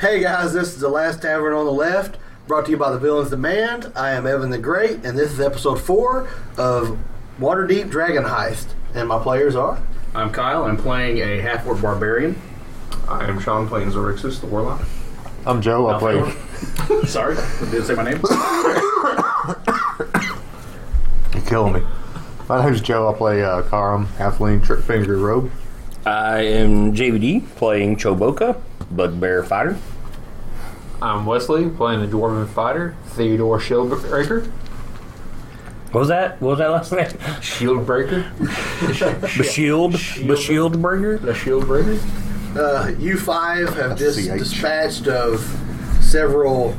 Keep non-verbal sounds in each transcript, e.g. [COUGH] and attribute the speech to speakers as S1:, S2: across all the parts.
S1: Hey guys, this is The Last Tavern on the Left, brought to you by The Villains Demand. I am Evan the Great, and this is episode four of Waterdeep Dragon Heist. And my players are.
S2: I'm Kyle. I'm playing a half orc barbarian.
S3: I am Sean playing Zorixis, the warlock.
S4: I'm Joe. I play.
S2: [LAUGHS] Sorry, did I say my name?
S4: [LAUGHS] You're killing me. My name's Joe. I play uh, Karam, Halfling, Trick Finger, Rogue.
S5: I am JVD playing Choboka, Bugbear Fighter.
S3: I'm Wesley, playing the dwarven fighter, Theodore Shieldbreaker.
S5: What was that? What was that
S4: [LAUGHS]
S5: last name?
S3: Shieldbreaker?
S5: Bashield? Bashieldburger?
S3: The Shieldbreaker?
S1: Uh, you five have just
S4: CH.
S1: dispatched of several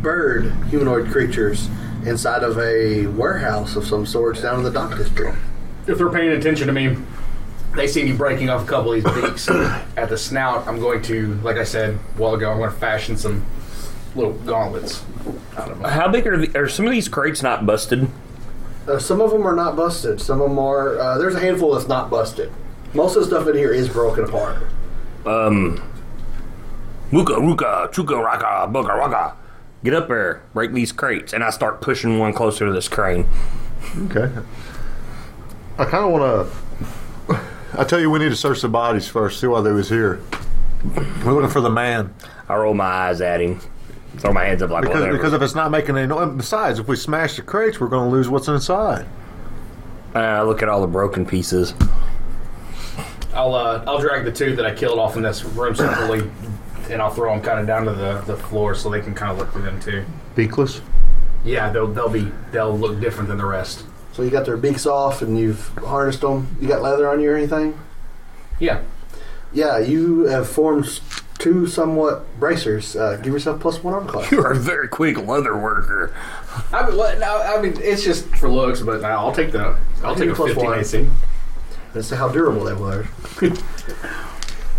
S1: bird humanoid creatures inside of a warehouse of some sort down in the dock district.
S2: if they're paying attention to me, they see me breaking off a couple of these
S3: [COUGHS]
S2: beaks at the snout. I'm going to, like I said a while ago, I'm going to fashion some little gauntlets out of them.
S5: How big are the, are some of these crates not busted?
S1: Uh, some of them are not busted. Some of them are. Uh, there's a handful that's not busted. Most of the stuff in here is broken apart.
S5: Muka Ruka, Chuka Raka, Buka Raka. Get up there, break these crates, and I start pushing one closer to this crane.
S4: Okay. I kind of want to. I tell you, we need to search the bodies first. See why they was here. We're looking for the man
S5: I roll my eyes at him, throw my hands up like
S4: because,
S5: whatever.
S4: because if it's not making any noise, besides, if we smash the crates, we're going to lose what's inside.
S5: I look at all the broken pieces. [LAUGHS]
S2: I'll uh, I'll drag the two that I killed off in this room separately, and I'll throw them kind of down to the, the floor so they can kind of look through them too.
S4: Beakless.
S2: Yeah, they'll they'll be they'll look different than the rest.
S1: So you got their beaks off and you've harnessed them. You got leather on you or anything?
S2: Yeah,
S1: Yeah, you have formed s- two somewhat bracers. Uh, give yourself plus one arm
S5: [LAUGHS]
S1: class.
S5: You are a very quick leather worker.
S2: I mean, what, no, I mean it's just for looks, but I'll take the I'll take a
S1: Plus
S2: 15
S1: one.
S2: AC.
S1: Let's see how durable they were.
S4: Shit,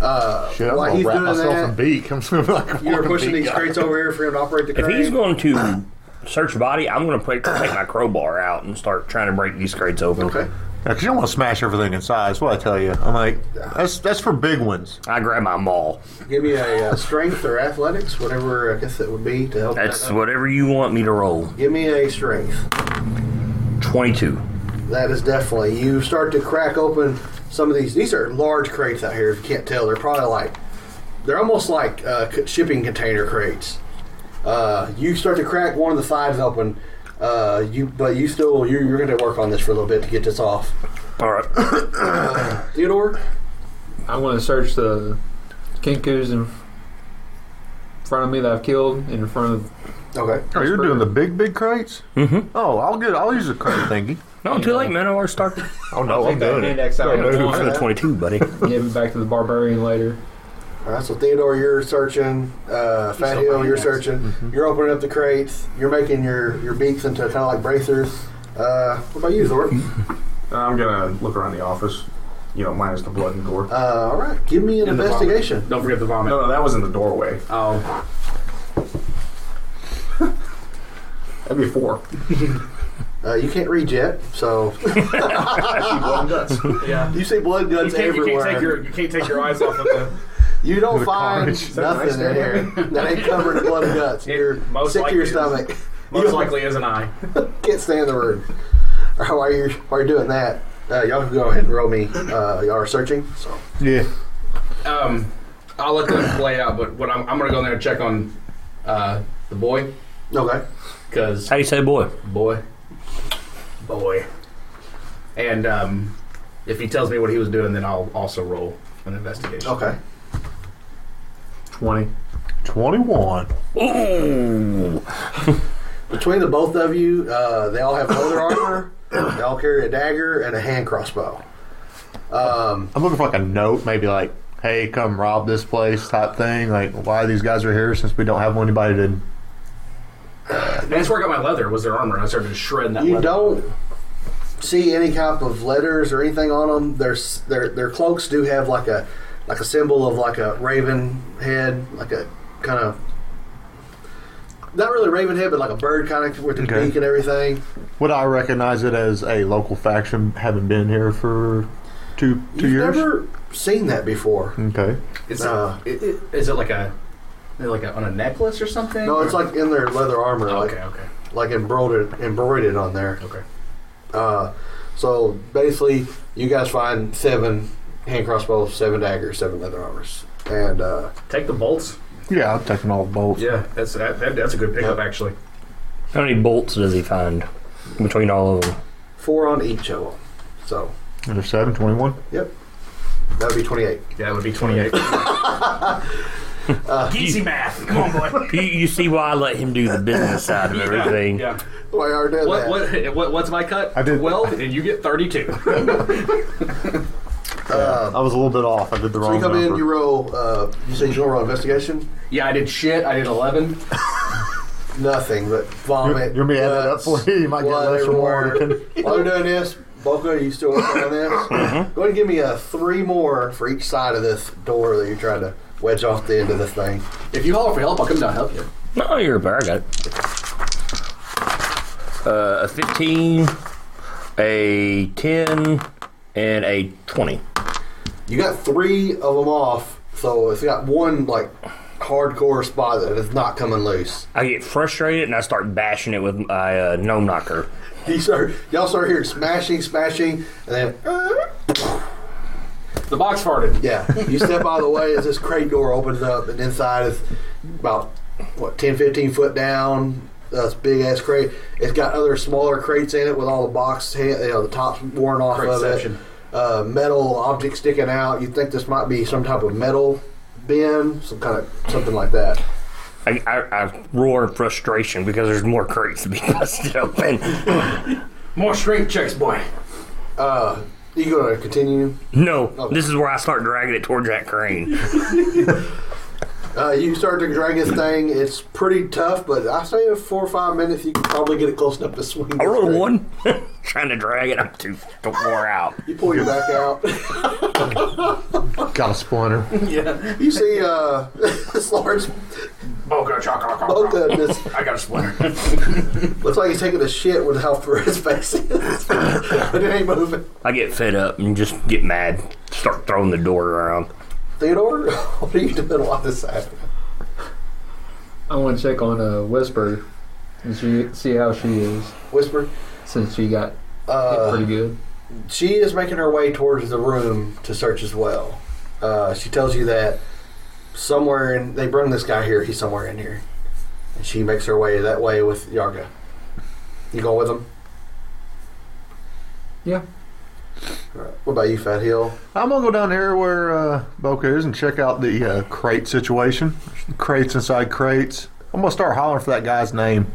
S4: I'm
S1: While
S4: going
S1: he's
S4: to wrap
S1: doing
S4: myself
S1: that-
S4: in beak. I'm just gonna be like, [LAUGHS]
S1: You're
S4: fucking
S1: pushing
S4: beak
S1: these
S4: guy.
S1: crates over here for him to operate the
S5: If
S1: crane.
S5: he's going to
S4: [CLEARS THROAT]
S5: search body, I'm going to put, take my crowbar out and start trying to break these crates open.
S1: okay.
S4: Yeah, 'cause you don't want to smash everything inside. That's what I tell you. I'm like, that's that's for big ones.
S5: I grab my maul.
S1: Give me a uh, strength or athletics, whatever I guess it would be to help.
S5: That's
S1: that out.
S5: whatever you want me to roll.
S1: Give me a strength.
S5: 22.
S1: That is definitely. You start to crack open some of these. These are large crates out here. If you can't tell, they're probably like they're almost like uh, c- shipping container crates. Uh, you start to crack one of the sides open. Uh, you but you still you're, you're going to work on this for a little bit to get this off.
S5: All [LAUGHS] right.
S1: Theodore,
S3: I want to search the kinkus in front of me that I've killed, in front of. [LAUGHS]
S1: okay.
S4: Oh, you're doing the big, big crates? Mm-hmm. Oh, I'll get. I'll use the crate thingy.
S5: No, too late, man. I already started.
S4: Oh no,
S3: Take
S4: I'm
S3: that
S4: doing it.
S3: index out.
S4: Yeah,
S3: Give
S4: dude.
S5: for the 22, buddy.
S3: me back to the barbarian later.
S1: All right, so Theodore, you're searching. Uh, Fat Hill, you're searching.
S2: Mm-hmm.
S1: You're opening up the crates. You're making your, your beaks into kind of like bracers. Uh, what about you, Thor?
S2: Mm-hmm.
S6: Uh, I'm gonna look around the office, you know, minus the blood and gore.
S1: Uh, all right, give me an
S2: In the vomit.
S1: investigation.
S2: Don't forget the vomit.
S6: No, no, that was in the doorway.
S2: Oh,
S6: [LAUGHS] That'd be
S2: [LAUGHS]
S6: a four.
S1: Uh, you can't read yet, so [LAUGHS]
S2: [LAUGHS] yeah.
S1: you see blood guns
S2: you can't, you can't
S1: everywhere.
S2: take your you can't take your eyes off of [LAUGHS] the
S1: You don't
S4: The
S1: find
S4: carnage. Is
S6: that
S1: nothing
S6: nice,
S1: in here that ain't covered in blood and guts.
S2: It
S1: You're
S2: most
S1: sick to
S2: likely
S1: your
S2: is.
S1: stomach.
S2: most
S1: [LAUGHS] You
S2: likely is an eye.
S1: can't stand the word. [LAUGHS] All right, while you're while you're doing that, uh, y'all can go ahead and roll me. Uh, y'all are searching. So
S4: Yeah.
S2: Um, I'll let them play out, but what I'm, I'm gonna go in there and check on uh, the boy
S1: okay,
S2: because
S5: How do you say boy?
S2: boy, boy, and um, if he tells me what he was doing, then I'll also roll an investigation.
S1: okay.
S3: 20.
S4: 21.
S5: Ooh.
S1: Between the both of you, uh, they all have leather armor. [COUGHS] They all carry a dagger and a hand crossbow. Um,
S4: I'm looking for like a note, maybe like, hey, come rob this place type thing. Like, why these guys are here since we don't have anybody to.
S2: And that's where I got my leather. Was their armor? and I started shredding that
S1: you
S2: leather.
S1: don't see any type of letters or anything on them. Their s- their their cloaks do have like a like a symbol of like a raven head, like a kind of not really raven head, but like a bird kind of with the
S4: Okay.
S1: beak and everything.
S4: Would I recognize it as a local faction having been here for two two
S1: You've
S4: years?
S1: never seen that before.
S4: Okay.
S2: Is,
S1: Uh,
S2: it, it, is it like a They're Like a, on a necklace or something?
S1: No, it's like in their leather armor,
S2: Oh,
S1: like,
S2: okay, okay,
S1: like embroidered embroidered on there.
S2: okay.
S1: Uh, so basically, you guys find seven hand crossbows, seven daggers, seven leather armors, and uh,
S2: Take the bolts.
S4: Yeah, I'm taking all the bolts.
S2: Yeah, that's that, that- that's a good pickup actually.
S5: How many bolts does he find between all of them?
S1: four on each of them. So
S4: There's seven, 21.
S1: that would be twenty-eight.
S2: Yeah, it would
S1: [LAUGHS]
S2: be twenty-eight.
S1: Uh,
S2: [LAUGHS] Easy math. Come on, boy.
S5: You, you see why I let him do the business side [LAUGHS] of everything.
S2: [LAUGHS] Yeah.
S1: Why are they
S2: What,
S1: that?
S2: what, what what's my cut?
S4: I did-
S2: twelve, and you get thirty-two. [LAUGHS]
S4: I was a little bit off. I did
S1: So
S4: the wrong
S1: Uh, you come in,
S4: number.
S1: you roll. Uh, you say you roll investigation.
S2: yeah, I did shit. I did eleven.
S1: Nothing but vomit.
S4: You want me to add that up
S1: guts,
S4: for you? You might get
S1: blood
S4: an extra
S1: everywhere.
S4: [LAUGHS] mark.
S1: While you're doing this, Boca, are you still working on
S4: [LAUGHS]
S1: this?
S4: Uh-huh.
S1: Go ahead and give me a three more for each side of this door that you're trying to wedge off the end of this thing.
S2: If you holler for help, I'll come down and help you.
S5: No, you're a bear. I got it. Uh, a 15, a 10, and a 20.
S1: You got three of them off, so it's got one like hardcore spot that is not coming loose. [LAUGHS]
S5: I get frustrated and I start bashing it with my uh, gnome knocker.
S1: You start, y'all start hearing smashing, smashing, and then
S2: The box farted.
S1: yeah, you step out of the way as this crate door opens up, and inside is about what 10, 15 foot down. Uh, this big ass crate. It's got other smaller crates in it with all the box, hand, you know, the tops worn off
S2: Crateception.
S1: of it. Uh, metal objects sticking out. You think this might be some type of metal bin, some kind of something like that.
S5: I, I, I roar in frustration because there's more crates to be [LAUGHS] busted open.
S2: More strength checks, boy.
S1: Uh, you gonna continue?
S5: No, this is where I start dragging it towards that crane.
S1: Uh, you start to drag this thing. It's pretty tough, but I say in four or five minutes, you can probably get it close enough to swing.
S5: I
S1: this
S5: rolled a
S1: thing.
S5: one, [LAUGHS] trying to drag it. I'm too too far out.
S1: You pull your back out. [LAUGHS]
S4: Got a splinter.
S2: Yeah.
S1: You see uh, [LAUGHS] this large
S2: Boca chocolate.
S1: boca. and This
S2: I got a splinter.
S1: looks like he's taking a shit with how through his face is, [LAUGHS] but it ain't moving.
S5: [LAUGHS] I get fed up and just get mad. Start throwing the door around.
S1: Theodore, [LAUGHS] what are you doing while this happens?
S3: I want to check on uh, Whisper and see, see how she is
S1: Whisper.
S3: since she got hit
S1: Uh,
S3: pretty good.
S1: she is making her way towards the room to search as well. Uh, she tells you that somewhere in they bring this guy here. He's somewhere in here, and she makes her way that way with Yarga. You going with him?
S3: Yeah.
S1: All right. What about you, Fat Hill?
S4: I'm gonna go down here where uh, Boca is and check out the uh, crate situation. Crates inside crates. I'm gonna start hollering for that guy's name.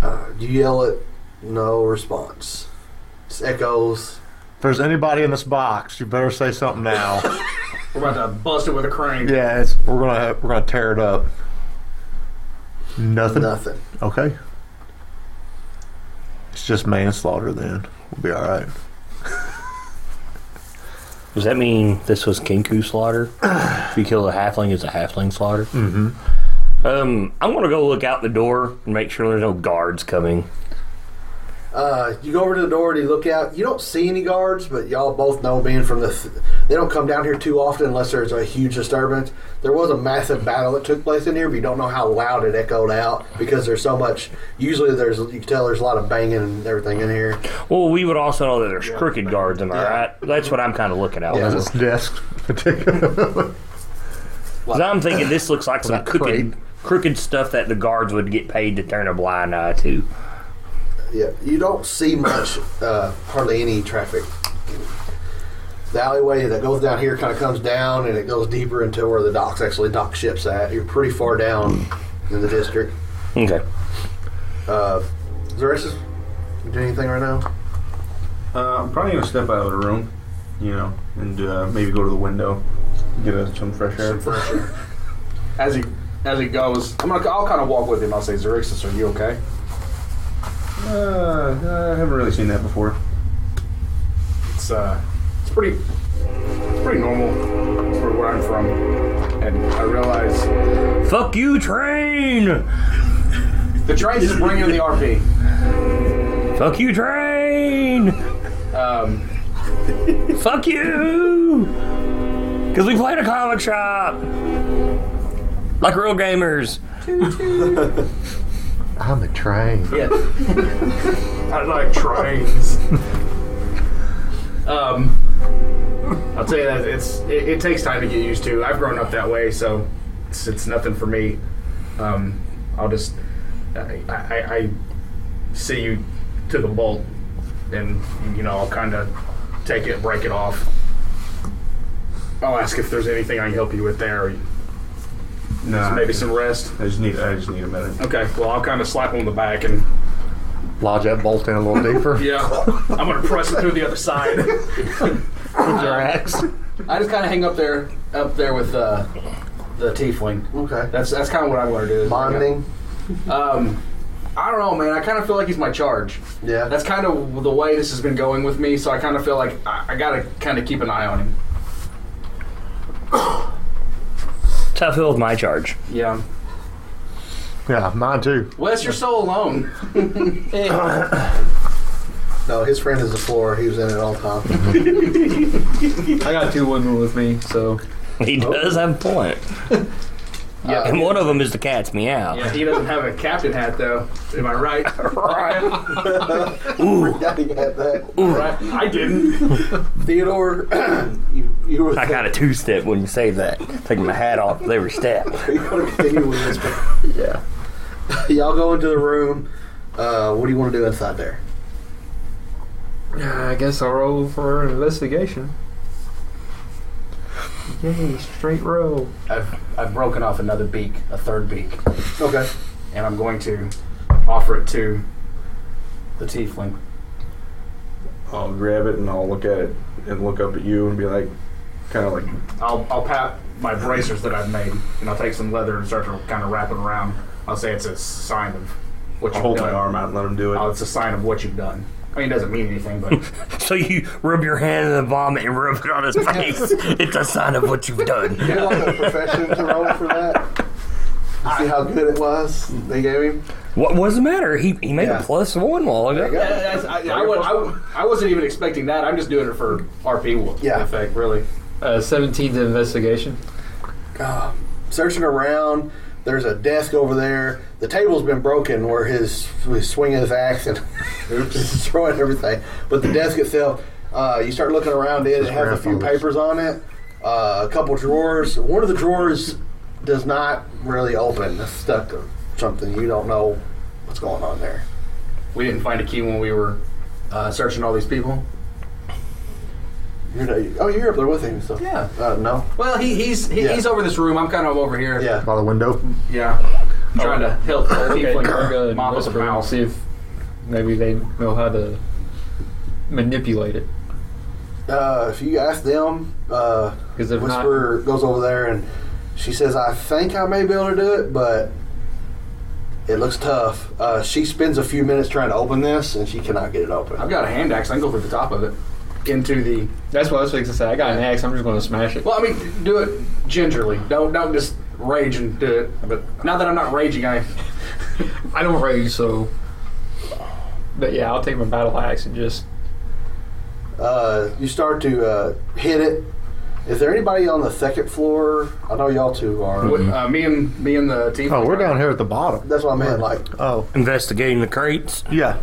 S1: Uh, you yell it, no response. It's echoes.
S4: If there's anybody in this box, you better say something now.
S2: We're about to bust it with a crane.
S4: yeah, it's, we're gonna we're gonna tear it up. Nothing.
S1: Nothing.
S4: Okay. It's just manslaughter. Then we'll be all right.
S5: Does that mean this was Kinku slaughter? if you kill a halfling, it's a halfling slaughter. Mm-hmm. Um, I'm gonna go look out the door and make sure there's no guards coming.
S1: Uh, you go over to the door and you look out. You don't see any guards, but y'all both know being from the. They don't come down here too often unless there's a huge disturbance. There was a massive battle that took place in here, but you don't know how loud it echoed out because there's so much. Usually, there's you can tell there's a lot of banging and everything in here.
S5: Well, we would also know that there's crooked guards, am I right? That's what I'm kind of looking at.
S1: Yeah.
S4: This desk, particularly.
S5: Because I'm thinking this looks like some
S4: That crate.
S5: crooked, crooked stuff that the guards would get paid to turn a blind eye to.
S1: Yeah, you don't see much, uh, hardly any traffic. The alleyway that goes down here kind of comes down and it goes deeper into where the docks actually dock ships at. You're pretty far down in the district. Uh,
S5: Okay.
S1: Is there is you doing anything right now?
S6: Uh, I'm probably gonna step out of the room, you know, and uh, maybe go to the window, get us some fresh air.
S2: As he as he goes, I'm gonna. I'll kind of walk with him. I'll say, Xerxes, are you okay?
S6: Uh, I haven't really seen that before.
S2: It's uh, it's pretty, it's pretty normal for where I'm from, and I realize
S5: Fuck you, train!
S2: the train's just bringing the RP.
S5: Fuck you, train! [LAUGHS]
S2: Um,
S5: Fuck you! Because we played a comic shop! Like real gamers.
S4: I'm a train.
S2: I like trains. um, I'll tell you that it's it, it takes time to get used to. I've grown up that way, so it's, it's nothing for me. Um, I'll just I, I, I see you to the bolt, and you know I'll kind of take it, break it off. I'll ask if there's anything I can help you with there. or
S6: Nah,
S2: Maybe some rest.
S6: I just need. I just need a minute.
S2: Okay. Well, I'll kind of slap him on the back and
S4: [LAUGHS] Lodge that bolt in a little deeper.
S2: yeah, I'm gonna press it through the other side.
S4: With your axe.
S2: I just kind of hang up there, up there with uh, the tiefling.
S1: Okay.
S2: That's that's kind of what I'm going to do. is-
S1: Bonding.
S2: Um, I don't know, man. I kind of feel like he's my charge.
S1: Yeah.
S2: That's kind of the way this has been going with me. So I kind of feel like I, I gotta kind of keep an eye on him.
S5: That's how I feel with my charge.
S2: Yeah.
S4: Yeah, mine too.
S2: Wes, you're so alone.
S1: no, his friend is the floor. He was in it all the time.
S3: I got two women with me, so
S5: He does have a point.
S6: [LAUGHS]
S2: Yeah.
S5: And one of them is the cat's meow.
S2: Yeah, he doesn't have a captain hat though. Am I right? right.
S1: [LAUGHS] yeah, you had that.
S2: right. I didn't.
S1: Theodore, [CLEARS THROAT] you, you were
S5: I got a two step when you say that. Taking my hat off with every step.
S1: Are you going to continue with [LAUGHS] this?
S5: Yeah.
S1: Y'all go into the room. Uh, what do you want to do inside there?
S3: I guess I'll roll for an investigation. Yay, straight roll.
S2: I've I've broken off another beak, a third beak,
S1: Okay.
S2: and I'm going to offer it to the tiefling.
S6: I'll grab it and I'll look at it and look up at you and be like, kind of like,
S2: I'll, I'll pat my bracers that I've made, and I'll take some leather and start to kind of wrap it around. I'll say it's a sign of what
S6: I'll
S2: you've
S6: hold
S2: done.
S6: my arm out and let him do it.
S2: Oh, it's a sign of what you've done. I mean, it doesn't mean anything, but
S5: So you rub your hand in the vomit and rub it on his face. it's a sign of what you've done.
S1: You know, like a profession to roll for that. You see how good it was they gave him?
S5: What was the matter? He, he made
S1: Yeah.
S5: a plus one while ago.
S1: Yeah,
S2: I, wasn't even expecting that. I'm just doing it for RP
S1: Yeah.
S2: effect, really.
S3: Uh, 17 to investigation.
S1: Uh, Searching around, there's a desk over there. The table's been broken where his he's swinging his axe and [LAUGHS] destroying everything. But the desk itself, uh, you start looking around it. It has a few
S4: grandfather's.
S1: papers on it, uh, a couple drawers. One of the drawers does not really open. It's stuck to something. You don't know what's going on there.
S2: We didn't find a key when we were uh, searching all these people.
S1: You're not, oh, you're up there with him. So.
S2: Yeah.
S1: Uh, no.
S2: Well, he, he's he,
S1: Yeah.
S2: he's over this room. I'm kind of over here.
S1: Yeah.
S4: By the window.
S2: yeah. Oh, I'm trying to help the [COUGHS]
S3: Okay,
S2: tiefling
S3: I'll go ahead
S2: mop
S3: and
S2: up the
S3: whisper and
S2: mouse.
S3: see if maybe they know how to manipulate it.
S1: Uh, if you ask them, uh,
S3: Because if not,
S1: Whisper goes over there and she says, I think I may be able to do it, but it looks tough. Uh, she spends a few minutes trying to open this and she cannot get it open.
S2: I've got a hand axe. I can go through the top of it into the.
S3: that's what I was fixing to say. I got an axe. I'm just going to smash it.
S2: Well, I mean, do it gingerly. Don't don't just rage and do it. But now that I'm not raging, I
S3: I don't rage, so. But yeah, I'll take my battle axe and just.
S1: Uh, you start to uh, hit it. Is there anybody on the second floor? I know y'all two are.
S5: Mm-hmm.
S2: uh, me and me and the tiefling.
S4: Oh, we're down here at the bottom.
S1: That's what I meant. Like,
S4: Oh,
S5: Investigating the crates
S4: yeah.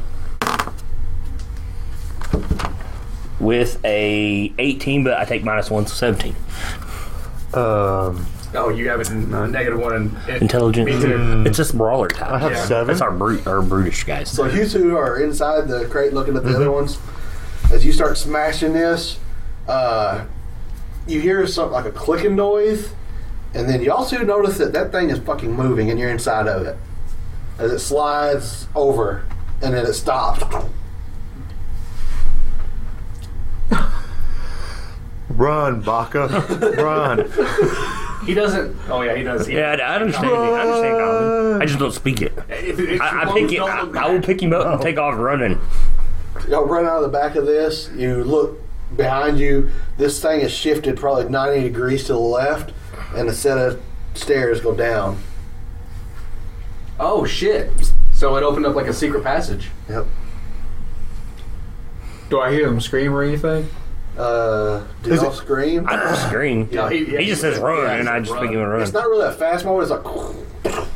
S5: with a 18, but I take minus one, so 17.
S4: Um,
S2: Oh, you have it in uh, negative one and it-
S5: Intelligence. Mm.
S2: Me too.
S5: It's just brawler type.
S4: I have
S2: Yeah.
S4: seven.
S5: That's our, brute, our brutish guys.
S1: so you two are inside the crate looking at the other ones.
S4: Mm-hmm.
S1: As you start smashing this, uh, you hear something like a clicking noise, and then you also notice that that thing is fucking moving, and you're inside of it as it slides over, and then it stops.
S4: Run,
S6: [LAUGHS]
S4: Baka. Run.
S2: He doesn't. Oh yeah, he does. He,
S5: yeah, I, I understand. you. I understand. Colin. I just don't speak it.
S2: If, if
S5: I,
S2: you
S5: I pick
S2: don't-
S5: it. I,
S2: don't look
S5: I will
S2: back.
S5: pick him up and take off running.
S1: Y'all run out of the back of this. You look behind you. This thing is shifted probably 90 degrees to the left, and a set of stairs go down.
S2: Oh shit! So it opened up like a secret passage.
S1: Yep.
S3: Do I hear them scream or anything?
S1: Uh, did
S4: Is
S1: y'all
S4: it-
S1: scream?
S5: I don't scream.
S2: Yeah,
S5: he,
S2: he- yeah,
S5: just says
S2: he-
S5: run,
S2: yeah, he
S5: and I
S2: says
S5: just
S2: run.
S5: think him a run.
S1: It's not really a fast moment. It's like,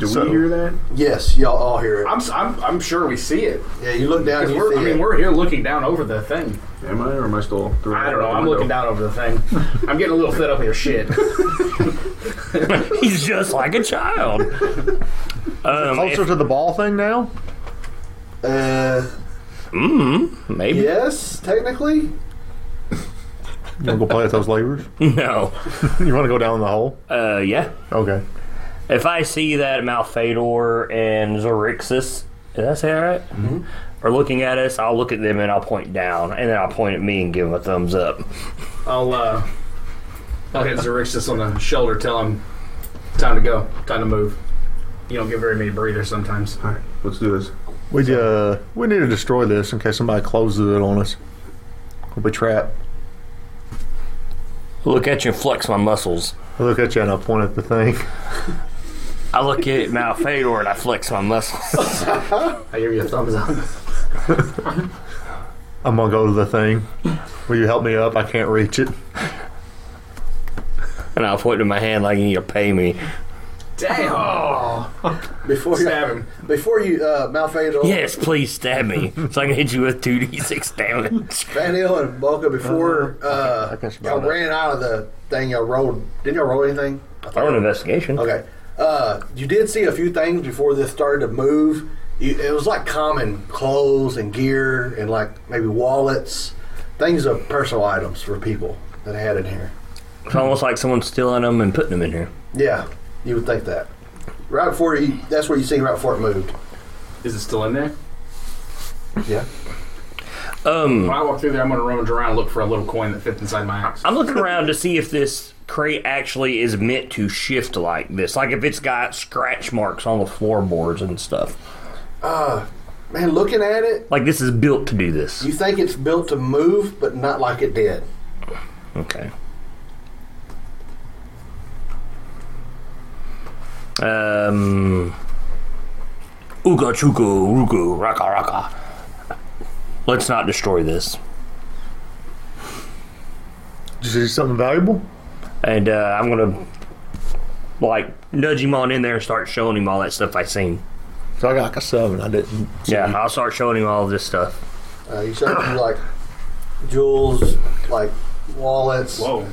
S6: Do
S4: So-
S6: we hear that?
S1: yes, y'all all hear it.
S2: I'm, s- I'm, I'm sure we see it.
S1: yeah, you look down
S2: Because
S1: and you
S2: we're,
S1: see
S2: I mean,
S1: it.
S2: we're here looking down over the thing.
S6: Am I or am I still? throwing
S2: I
S6: it
S2: don't know.
S6: out the
S2: I'm
S6: window?
S2: looking down over the thing. I'm getting a little fed up with your shit.
S5: He's just like
S2: [LAUGHS]
S5: a child. um,
S4: Closer to the ball thing now?
S1: uh,
S5: mm, maybe
S1: yes, technically.
S4: You want to go play at those levers?
S5: [LAUGHS]
S4: [LAUGHS]
S5: no.
S4: You want to go down the hole?
S5: Uh, yeah.
S4: Okay.
S5: If I see that Malfador and Zorixis, did I say that right?
S2: Mm-hmm.
S5: Are looking at us, I'll look at them and I'll point down, and then I'll point at me and give them a thumbs up.
S2: I'll uh, I'll hit Xerixis on the shoulder, tell him time to go, time to move. You don't get very many breathers sometimes.
S6: All right, let's do this.
S4: We uh, we need to destroy this in case somebody closes it on us. We'll be trapped.
S5: Look at you and flex my muscles.
S4: I look at you and I point at the thing.
S5: I
S2: [LAUGHS]
S5: look at Malfador and I flex my muscles. [LAUGHS]
S2: I give you a thumbs up.
S4: I'm gonna go to the thing. Will you help me up? I can't reach it.
S5: and I'll point to my hand like you need to pay me.
S2: Damn! Oh.
S1: Before you,
S2: Stab him.
S1: before you, uh, Malfador,
S5: Yes, please stab me so I can hit you with 2d6 damage.
S1: Van Hill, and Boca. Before uh,
S4: I can smell
S1: y'all
S4: that.
S1: ran out of the thing, y'all rolled. Didn't y'all roll anything?
S5: Throw an investigation.
S1: Okay. Uh, you did see a few things before this started to move. You, it was like common clothes and gear and like maybe wallets, things of personal items for people that I had in here.
S5: It's almost like someone's stealing them and putting them in here.
S1: Yeah, you would think that. Right before you, that's what you seen right before it moved.
S2: Is it still in there?
S1: Yeah.
S5: Um,
S2: When I walk through there, I'm going to rummage around and look for a little coin that fits inside my axe.
S5: I'm looking around to see if this crate actually is meant to shift like this. Like if it's got scratch marks on the floorboards and stuff.
S1: Man, looking at it,
S5: Like this is built to do this.
S1: you think it's built to move, but not like it did.
S5: Okay. Um. Uga chuka ruku raka raka. Let's not destroy this.
S4: Did you see something valuable?
S5: And uh, I'm gonna like nudge him on in there and start showing him all that stuff I seen.
S4: So I got like a seven. I didn't.
S5: Yeah, I'll start showing him all this stuff.
S1: Uh, you said you like jewels, like wallets,
S2: Whoa.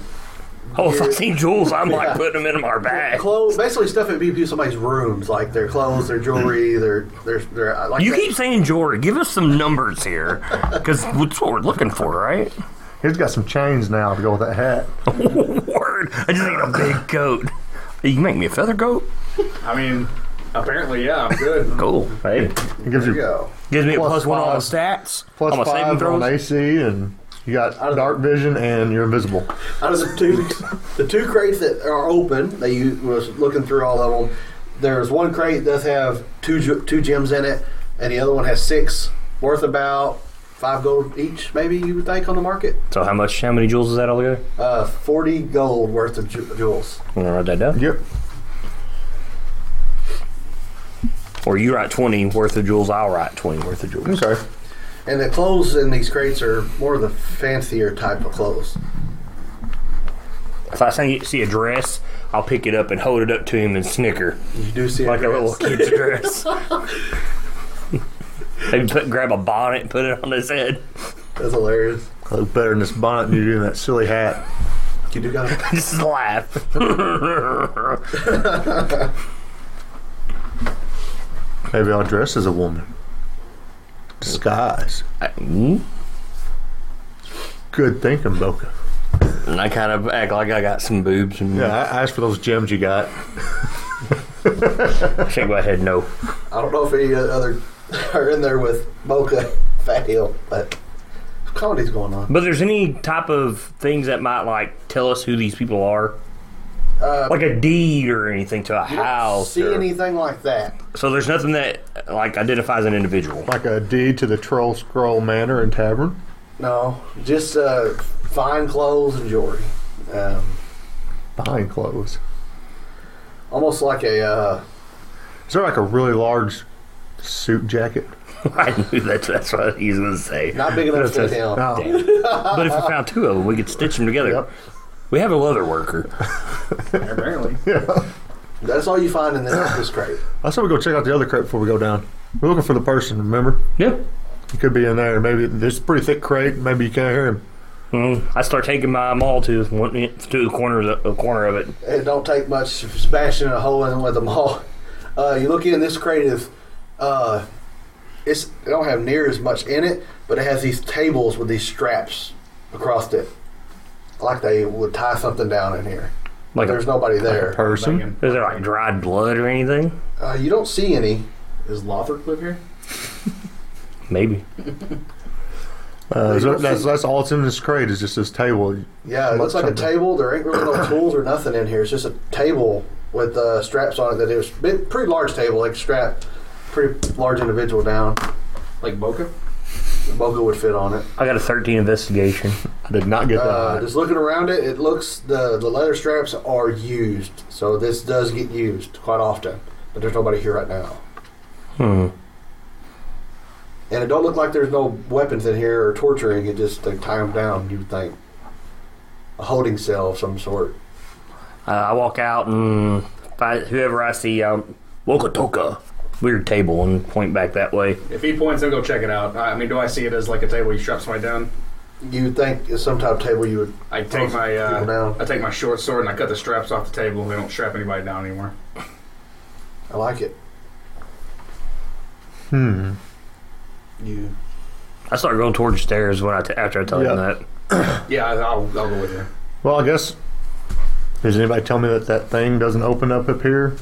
S5: Oh, if I see jewels, I'm like putting them in my bag.
S1: clothes, basically stuff that would be in somebody's rooms, like their clothes, their jewelry, their their their. uh, Like
S5: Mm. You
S1: that-
S5: keep saying jewelry. Give us some numbers here, because that's what we're looking for, right? [LAUGHS]
S4: He's got some chains now to go with that hat.
S5: Word. I just need a big coat. You can make me a feather coat.
S2: I mean, apparently, yeah, I'm [LAUGHS] good.
S5: Cool. Hey,
S4: It
S1: There
S4: gives you
S1: you go.
S5: gives me a
S4: Plus
S5: plus, plus one on all
S4: five.
S5: the stats.
S4: plus
S5: on my saving
S4: five on
S5: throws.
S4: AC, and you got dark vision, and you're invisible.
S1: Out of the
S5: [LAUGHS]
S1: two, the two crates that are open, that you was looking through all of them. There's one crate that does have two ge- two gems in it, and the other one has six, worth about five gold each, maybe you would think on the market.
S5: So how much? How many jewels is that altogether?
S1: Uh, Forty gold worth of ju- jewels.
S5: I'm gonna write that down.
S4: Yep.
S5: Or you write twenty worth of jewels. I'll write twenty worth of jewels.
S4: Okay.
S1: And the clothes in these crates are more of the fancier type of clothes.
S5: If I see see a dress, I'll pick it up and hold it up to him and snicker.
S1: You do see
S5: like a
S1: dress.
S5: little
S4: [LAUGHS]
S5: kid's dress. [LAUGHS] they put, grab a bonnet and put it on his head. [LAUGHS]
S1: That's hilarious.
S4: I look better in this bonnet than you do in that silly hat.
S1: You do got a
S5: Just laugh.
S4: Maybe I'll dress as a woman. Disguise. Mm-hmm.
S5: and
S4: Good thinking, Boca.
S5: I kind of act like I got some boobs and
S4: Yeah, I I asked for those gems you got.
S5: shake my head no.
S1: I don't know if any other [LAUGHS] are in there with Mocha [LAUGHS] Fat Hill, but comedy's going on.
S5: But there's any type of things that might like tell us who these people are,
S1: Uh,
S5: like a deed or anything to a
S1: you don't
S5: house.
S1: see
S5: or-
S1: anything like that?
S5: so there's nothing that like identifies an individual. [LAUGHS]
S4: Like a deed to the Troll Scroll Manor and Tavern.
S1: No, just uh, fine clothes and jewelry. Um,
S4: Behind clothes.
S1: almost like a uh,
S4: Is there like a really large suit jacket?
S5: I knew that, that's what he was going to say.
S1: Not big enough to
S5: That's-
S1: get down.
S4: No.
S5: [LAUGHS] Damn. but if we found two of them, we could stitch them together.
S4: Yep.
S5: We have a leather worker.
S2: Apparently.
S1: That's all you find in this, this crate.
S4: I said we go check out the other crate before we go down. We're looking for the person, remember?
S5: Yeah.
S4: He could be in there. Maybe this is a pretty thick crate. Maybe you can't hear him.
S5: Mm, I start taking my maul to one, to the corner of the, the corner of it.
S1: It don't take much bashing a hole in with them all. Uh, you look in this crate is, uh, it's it don't have near as much in it, but it has these tables with these straps across it, like they would tie something down in here.
S5: Like a,
S1: There's nobody
S4: A
S1: there.
S4: person?
S5: is there like dried blood or anything?
S1: Uh, you don't see any.
S2: Is Lothric live here?
S5: Maybe.
S4: Uh, is that- that's, that's all that's in this crate is just this table.
S1: Yeah, it looks like a table. There ain't really
S2: [COUGHS]
S1: no tools or nothing in here. It's just a table with uh, straps on it. That it was big, pretty large table, like strap, pretty large individual down.
S2: Like Boca?
S1: Boga would fit on it.
S5: I got a thirteen investigation.
S4: I did not get that.
S1: Uh, just looking around it, it looks the the leather straps are used, so this does get used quite often. But there's nobody here right now,
S5: Hmm.
S1: and it don't look like there's no weapons in here or torturing. It just they tie them down. You would think a holding cell of some sort.
S5: Uh, I walk out and if I, whoever I see, um, Woka Toka, weird table, and point back that way.
S2: If he points, then go check it out. I I mean, do I see it as like a table you strap somebody down?
S1: You would think it's some type of table you would
S2: I take
S1: Oh,
S2: my
S1: people
S2: uh,
S1: down.
S2: I take my short sword and I cut the straps off the table. They don't strap anybody down anymore.
S1: I like it.
S4: Hmm.
S1: You
S5: I start going towards the stairs when I t- after I tell
S4: Yeah.
S5: him that.
S2: Yeah, I- I'll, I'll go with you.
S4: Well, I guess. Does anybody tell me that that thing doesn't open up up here?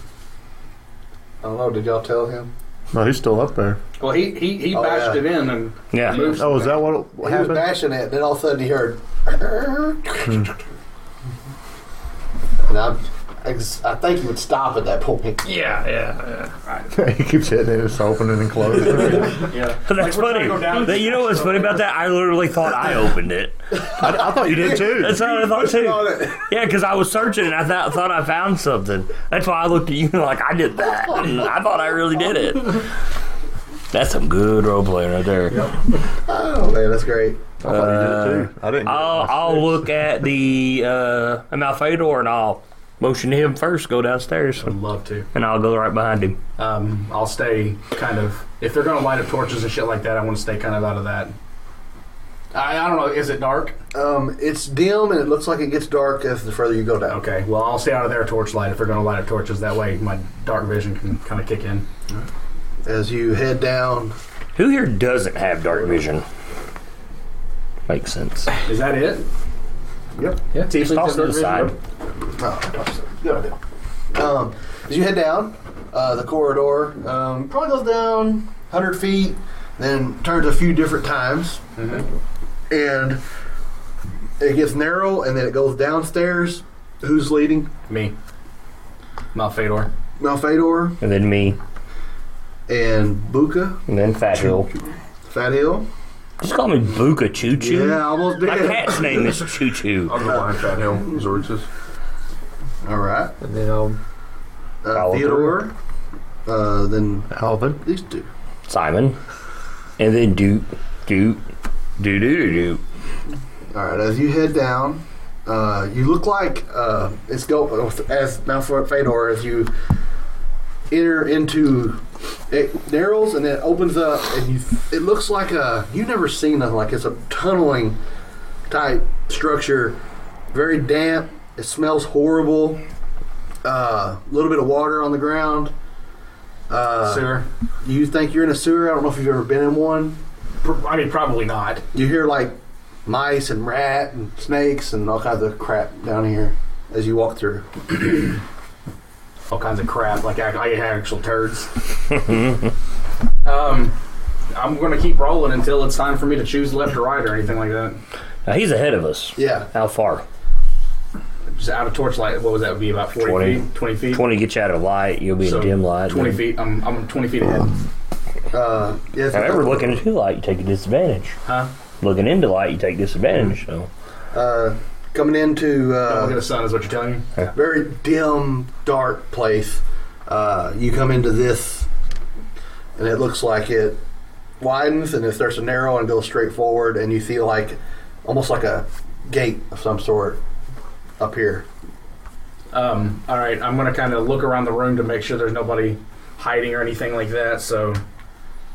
S1: I don't know. Did y'all tell him?
S4: No, he's still up there.
S2: Well, he he, he
S1: Oh,
S2: bashed
S1: yeah.
S2: it in and
S5: Yeah.
S2: moved.
S4: Oh, is that what
S1: He was
S4: happened? Hmm.
S1: bashing it, then all of a sudden he heard. [LAUGHS] and I, I just- I think he would stop at that
S4: [LAUGHS]
S1: point.
S2: Yeah, yeah,
S4: [LAUGHS] he keeps hitting it. It's opening and closing.
S2: yeah. yeah.
S5: [LAUGHS] [LAUGHS] That's
S2: we're
S5: funny.
S2: trying to go down-
S5: That- you know what's funny about that? I literally thought I opened it.
S4: I, I thought you did too.
S5: That's what I thought too.
S1: it.
S5: Yeah, because I was searching and I thought, thought I found something. That's why I looked at you [LAUGHS] like I did that. And I thought I really did it. That's some good role playing right there.
S1: Oh man, that's great.
S4: I thought you did too. Uh, I didn't. get
S5: I'll,
S4: it.
S5: I'll look at the uh, Malfador and I'll motion him first, go downstairs,
S2: I'd love to.
S5: and I'll go right behind him.
S2: Um, I'll stay kind of. If they're gonna light up torches and shit like that, I want to stay kind of out of that. I, I don't know. Is it dark?
S1: Um, it's dim and it looks like it gets dark as the further you go down.
S2: Okay. Well, I'll stay out of their torchlight if they're gonna light up torches. That way, my dark vision can kind of kick in.
S1: As you head down,
S5: Who here doesn't have dark vision? Makes sense.
S2: Is that it? Yep.
S3: Yeah.
S2: Tieflings
S5: Toss
S2: have
S5: to
S2: dark
S5: the
S2: vision?
S5: side.
S1: oh, good idea. Um, as you head down uh, the corridor, um, probably goes down 100 feet, then turns a few different times,
S2: Mhm.
S1: and it gets narrow, and then it goes downstairs. Who's leading?
S2: Me. Malfador.
S1: Malfador
S5: And then me,
S1: and Buka,
S5: and then Fat Hill.
S1: Fat Hill.
S5: Just call me Buka Choo Choo.
S1: Yeah, I almost did.
S5: My cat's name is Choo Choo.
S6: I'll go behind Fat Hill, Zorxis.
S1: All right,
S3: And then I'll
S1: uh,
S5: Follow
S1: Theodore. Uh, then
S4: Alvin.
S1: these two.
S5: Simon. And then Doot, Doot, Doo Doo Doo Doo.
S1: All right, as you head down, uh, you look like uh, it's go as now for Fedor as you enter into it narrows and it opens up and you it looks like a you've never seen nothing like it. it's a tunneling type structure, very damp. It smells horrible. A uh, little bit of water on the ground. Uh,
S2: Sewer.
S1: you think you're in a sewer? I don't know if you've ever been in one
S2: Pr- I mean, probably not.
S1: you hear like mice and rat and snakes and all kinds of crap down here as you walk through.
S2: all kinds of crap. Like I, I had actual turds. um, I'm gonna keep rolling until it's time for me to choose left or right or anything like that.
S5: Now he's ahead of us.
S1: Yeah.
S5: How far?
S2: Just out of torchlight. What was that? Would be about 40
S5: 20.
S2: feet, 20 feet.
S5: 20 gets you out of light, you'll be
S2: So,
S5: in dim light.
S2: 20
S5: Then-
S2: feet. I'm, I'm 20 feet ahead.
S1: Uh, yes,
S5: However, looking into light, you take a disadvantage.
S2: Huh?
S5: Looking into light, you take disadvantage.
S1: Hmm.
S5: So
S1: uh, coming into
S2: Don't look at
S1: uh,
S2: the sun is what you're telling me.
S1: very dim, dark place. Uh, you come into this, and it looks like it widens and if there's a narrow and goes straight forward and you see like almost like a gate of some sort up here.
S2: Um, all right, I'm gonna kind of look around the room to make sure there's nobody hiding or anything like that. So,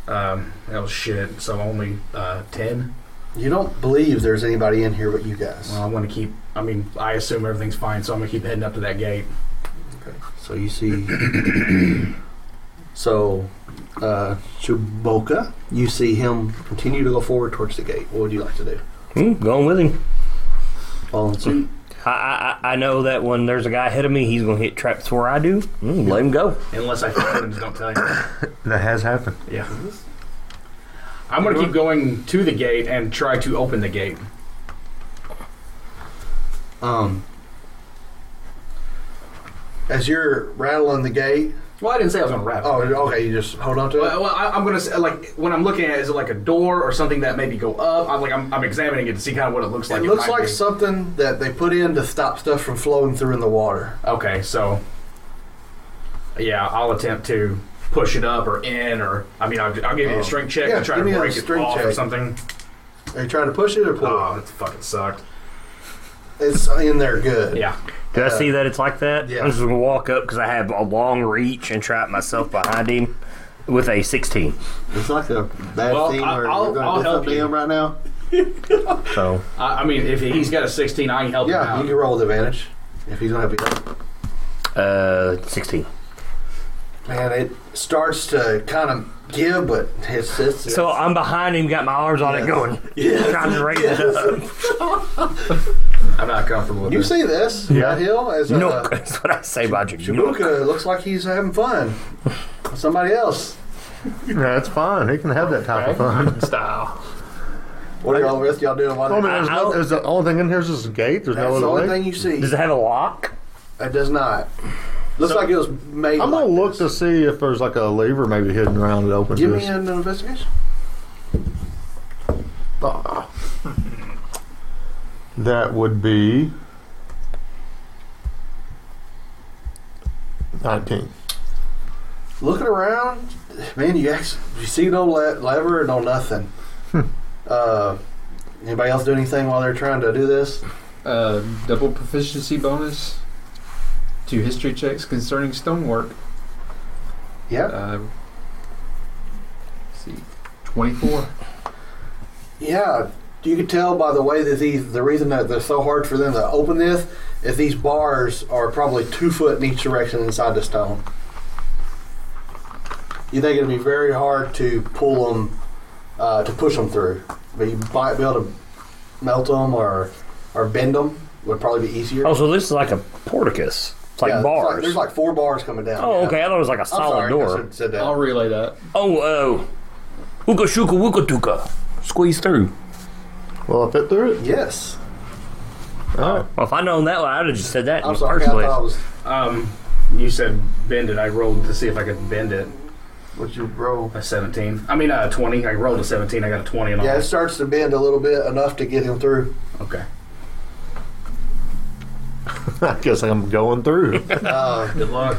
S2: um, that was shit. So only uh, ten.
S1: You don't believe there's anybody in here but you guys.
S2: Well, I'm gonna keep. I mean, I assume everything's fine, so I'm gonna keep heading up to that gate.
S1: So you see, [COUGHS] so uh, Chewbacca, you see him continue to go forward towards the gate. What would you like to do?
S5: Hmm, going with him.
S1: Follow suit.
S2: Mm.
S5: I, I I- I know that when there's a guy ahead of me, he's gonna hit traps before I do.
S1: Hmm,
S5: Mm, let him go.
S2: Unless I find him, just don't tell you.
S4: That has happened.
S2: Yeah. I'm gonna keep going to the gate and try to open the gate.
S1: Um, as you're rattling the gate,
S2: Well, I didn't say I was gonna wrap. it.
S1: oh, okay, you just hold on to it.
S2: Well, well, I, I'm gonna say, like when I'm looking at it, is it like a door or something that maybe go up? I'm like I'm, I'm examining it to see kind of what it looks like.
S1: It looks
S2: might
S1: like
S2: be.
S1: something that they put in to stop stuff from flowing through in the water.
S2: Okay, so yeah, I'll attempt to push it up or in or I mean, I'll, I'll give you
S1: Oh.
S2: a strength check
S1: Yeah,
S2: to try
S1: give
S2: to
S1: me a
S2: break it
S1: strength
S2: off or
S1: check.
S2: something.
S1: Are you trying to push it or pull
S2: Oh, that fucking sucked.
S1: it? It's in there good.
S2: Yeah,
S5: Did I
S1: Uh,
S5: see that it's like that?
S1: yeah.
S5: I'm just gonna walk up because I have a long reach and trap myself behind him with a 16.
S1: It's like a bad
S2: Well,
S1: scene
S2: I-
S1: where
S2: I'll-
S1: we're
S2: I'll
S1: going to do
S2: help
S1: something to
S2: you.
S1: him right now.
S5: So
S2: I, I mean, if he's got a 16, I can help
S1: Yeah, you
S2: him
S1: can
S2: out.
S1: roll with advantage if he's going to help you.
S5: uh, 16.
S1: Man, it starts to kind of give, but it's, it's [LAUGHS]
S5: So I'm behind him, got my arms on it, going trying to raise it
S1: [LAUGHS]
S5: up.
S2: I'm not comfortable with
S1: you
S2: this.
S1: see this
S4: Yeah.
S1: right Hill as uh,
S5: Nook. That's what I say about you. Nook.
S1: Chewbacca looks like he's having fun. with Somebody else.
S4: That's fine. He can have that type
S1: [LAUGHS]
S4: of fun.
S3: style.
S1: What are y'all the rest of y'all doing?
S4: I mean,
S1: While
S4: there's, no,
S5: I'll-
S4: there's the only thing in here is this gate. There's
S1: that's
S4: no
S1: the
S4: other
S1: only
S4: way.
S1: thing you see.
S5: Does it have a lock?
S1: It does not. Looks like it was made.
S4: I'm gonna
S1: like
S4: look to
S1: this.
S4: see if there's like a lever maybe hidden around it open.
S1: Give
S4: to
S1: me
S4: us.
S1: an investigation.
S4: Ah. That would be nineteen.
S1: Looking around, man, you actually, you see no le- lever, no nothing.
S4: Hmm.
S1: uh, anybody else do anything while they're trying to do this?
S3: Uh, double proficiency bonus to history checks concerning stonework.
S1: Yeah.
S3: Uh, let's see, 24.
S1: Yeah, you can tell by the way that these the reason that they're so hard for them to open this is these bars are probably two foot in each direction inside the stone. You think it'd be very hard to pull them uh, to push them through, but you might be able to melt them or or bend them would probably be easier.
S5: Oh, so this is like a porticus. It's like
S1: Yeah, it's
S5: bars.
S1: there's like four bars coming down.
S5: oh,
S1: Yeah.
S5: okay. I thought it was like a
S1: I'm
S5: solid
S1: sorry, I
S5: door.
S1: should have said that.
S3: I'll relay that.
S5: Oh, oh. Ooka shuka wooka duka. Squeeze through.
S4: Well, I fit through it. [LAUGHS]
S1: Yes,
S4: All right.
S5: Well, if I'd known that, well, I'd have just said that in
S1: I'm
S5: the
S1: sorry. I
S5: first
S1: thought
S5: place.
S1: I was.
S2: Um, you said bend it. I rolled to see if I could bend it.
S1: What you roll?
S2: A 17. I mean, uh, 20. I rolled a 17. I got a 20 and all.
S1: Yeah, it starts to bend a little bit enough to get him through.
S2: Okay.
S4: I guess I'm going
S1: [LAUGHS]
S4: through.
S1: Um,
S2: Good luck.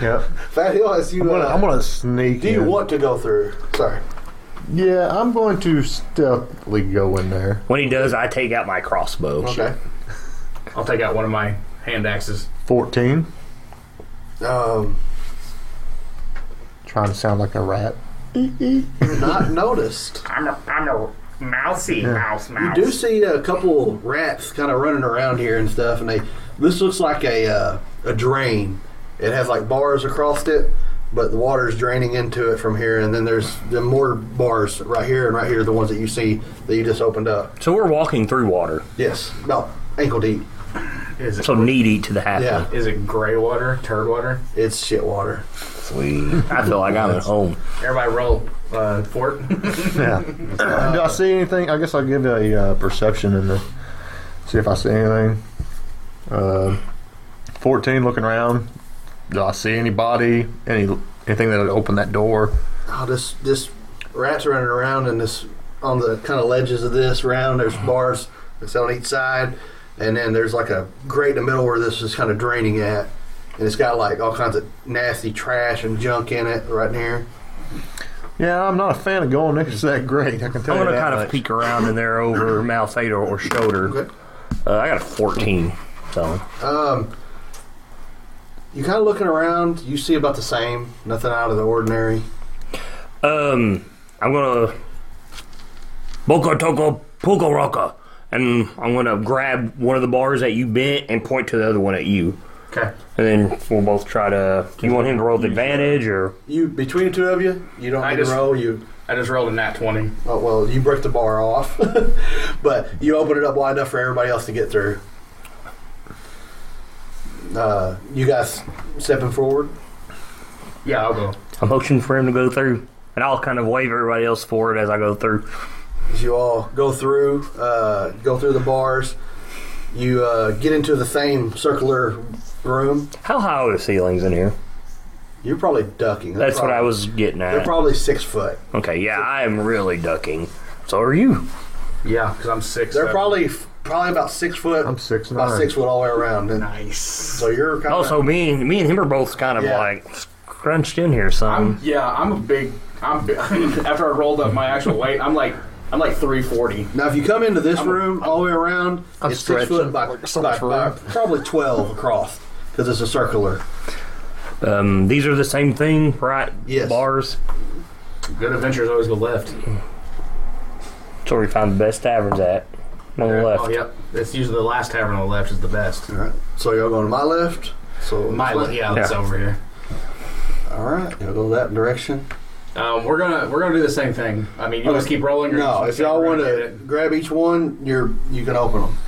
S4: yeah.
S1: Fat Hill has you.
S4: I'm gonna,
S1: uh,
S4: I'm gonna sneak.
S1: do you
S4: in.
S1: want to go through? Sorry.
S4: Yeah, I'm going to stealthily go in there.
S5: When he does, I take out my crossbow.
S1: Okay.
S2: I'll take out one of my hand axes.
S4: Fourteen.
S1: Um,
S4: Trying to sound like a rat.
S1: not noticed.
S2: I'm a, I'm a mousy mouse
S1: You
S2: mouse.
S1: do see a couple rats kind of running around here and stuff, and they. This looks like a uh, a drain. It has like bars across it, but the water's draining into it from here, and then there's the more bars right here and right here, the ones that you see that you just opened up.
S5: So we're walking through water.
S1: Yes, about ankle deep.
S2: Is it,
S5: So knee deep to the half.
S1: Yeah,
S2: is it gray water, turd water?
S1: it's shit water.
S5: Sweet. I feel like I'm at home.
S2: Everybody roll uh, fort.
S4: Yeah. Do I see anything? I guess I'll give a uh, perception and the, see if I see anything. Uh, Fourteen. Looking around. Do I see anybody? Any anything that would open that door?
S1: Oh, this this rats running around and this on the kind of ledges of this round. There's bars that's on each side, and then there's like a grate in the middle where this is kind of draining at, and it's got like all kinds of nasty trash and junk in it right in here.
S4: Yeah, I'm not a fan of going next to that grate. I can tell
S5: I'm
S4: you
S5: gonna
S4: that
S5: kind of
S4: much.
S5: peek around in there [LAUGHS] over Malfado or Stoder.
S1: Okay.
S5: Uh, I got a 14, so
S1: Um, you kind of looking around. You see about the same. Nothing out of the ordinary.
S5: um, I'm gonna Boko Toko Puko Roka, and I'm gonna grab one of the bars that you bent and point to the other one at you,
S2: [LAUGHS] Okay.
S5: and then we'll both try to. Do you want him to roll with advantage or?
S1: You between the two of you, you don't
S2: I
S1: need to
S2: just-
S1: roll. You
S2: I just rolled a nat 20.
S1: oh, well, you break the bar off, [LAUGHS] but you open it up wide enough for everybody else to get through. Uh, you guys stepping forward.
S2: Yeah, I'll go.
S5: I'm motioning for him to go through, and I'll kind of wave everybody else forward as I go through.
S1: as you all go through, uh, go through the bars, you uh, get into the same circular room.
S5: How high are the ceilings in here?
S1: You're probably ducking. They're
S5: That's what I
S1: probably-
S5: was getting
S1: They're
S5: at.
S1: probably six foot.
S5: Okay, yeah, I am really ducking. So are you.
S2: Yeah, because I'm six.
S1: They're
S2: seven.
S1: probably probably about six foot.
S4: I'm six
S1: about
S4: nine.
S1: six foot all the way around. And
S2: nice.
S1: so you're kind
S5: Oh,
S1: of
S5: so me and me and him are both kind of
S1: Yeah.
S5: like crunched in here
S2: I'm,
S5: some.
S2: yeah, I'm a big. I'm bi- [LAUGHS] after I rolled up my actual weight, I'm like I'm like 340.
S1: now if you come into this
S2: I'm-
S1: room all the way around,
S4: I'm
S1: it's six
S4: stretching.
S1: foot by,
S4: Like, so
S1: by-
S4: much room.
S1: by probably twelve across because it's a circular.
S5: Um, these are the same thing, right?
S1: Yes.
S5: Bars.
S2: Good adventures always go left.
S5: That's where we find the best taverns at. On the left.
S2: Oh, yep. That's usually the last tavern on the left is the best.
S1: All right. So y'all going to my left. So
S2: My left, yeah, that's
S5: Yeah.
S2: over here.
S1: All right. Y'all go that direction.
S2: Um, we're gonna we're gonna do the same thing. I mean, you
S1: Okay.
S2: just keep rolling. or
S1: Oh, No,
S2: just
S1: if y'all
S2: we're
S1: want
S2: gonna
S1: to grab each one, you're you can open them.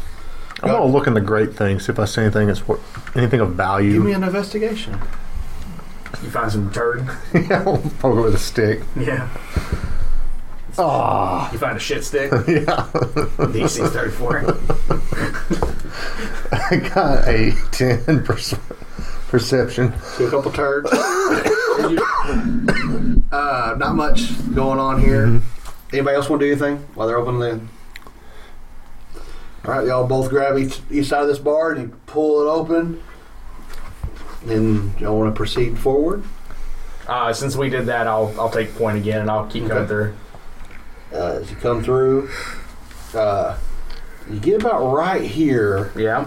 S4: I'm gonna look in the grate thing, see if I see anything that's wor- anything of value.
S1: Give me an investigation.
S2: get it. you find some turd. [LAUGHS]
S4: [LAUGHS] yeah, I'll poke it with a stick.
S2: yeah,
S4: Ah,
S2: you find a shit
S1: [LAUGHS]
S2: stick.
S4: yeah,
S2: DC's 34.
S4: I got a ten perce- perception.
S1: Do a couple turds. [LAUGHS] uh, not much going on here. Anybody else want to do anything while they're opening the? All right, y'all both grab each each side of this bar and you pull it open. And y'all want to proceed forward.
S2: Uh, since we did that, I'll I'll take point again and I'll keep going
S1: Okay.
S2: through.
S1: Uh, as you come through, uh, you get about right here.
S2: Yeah,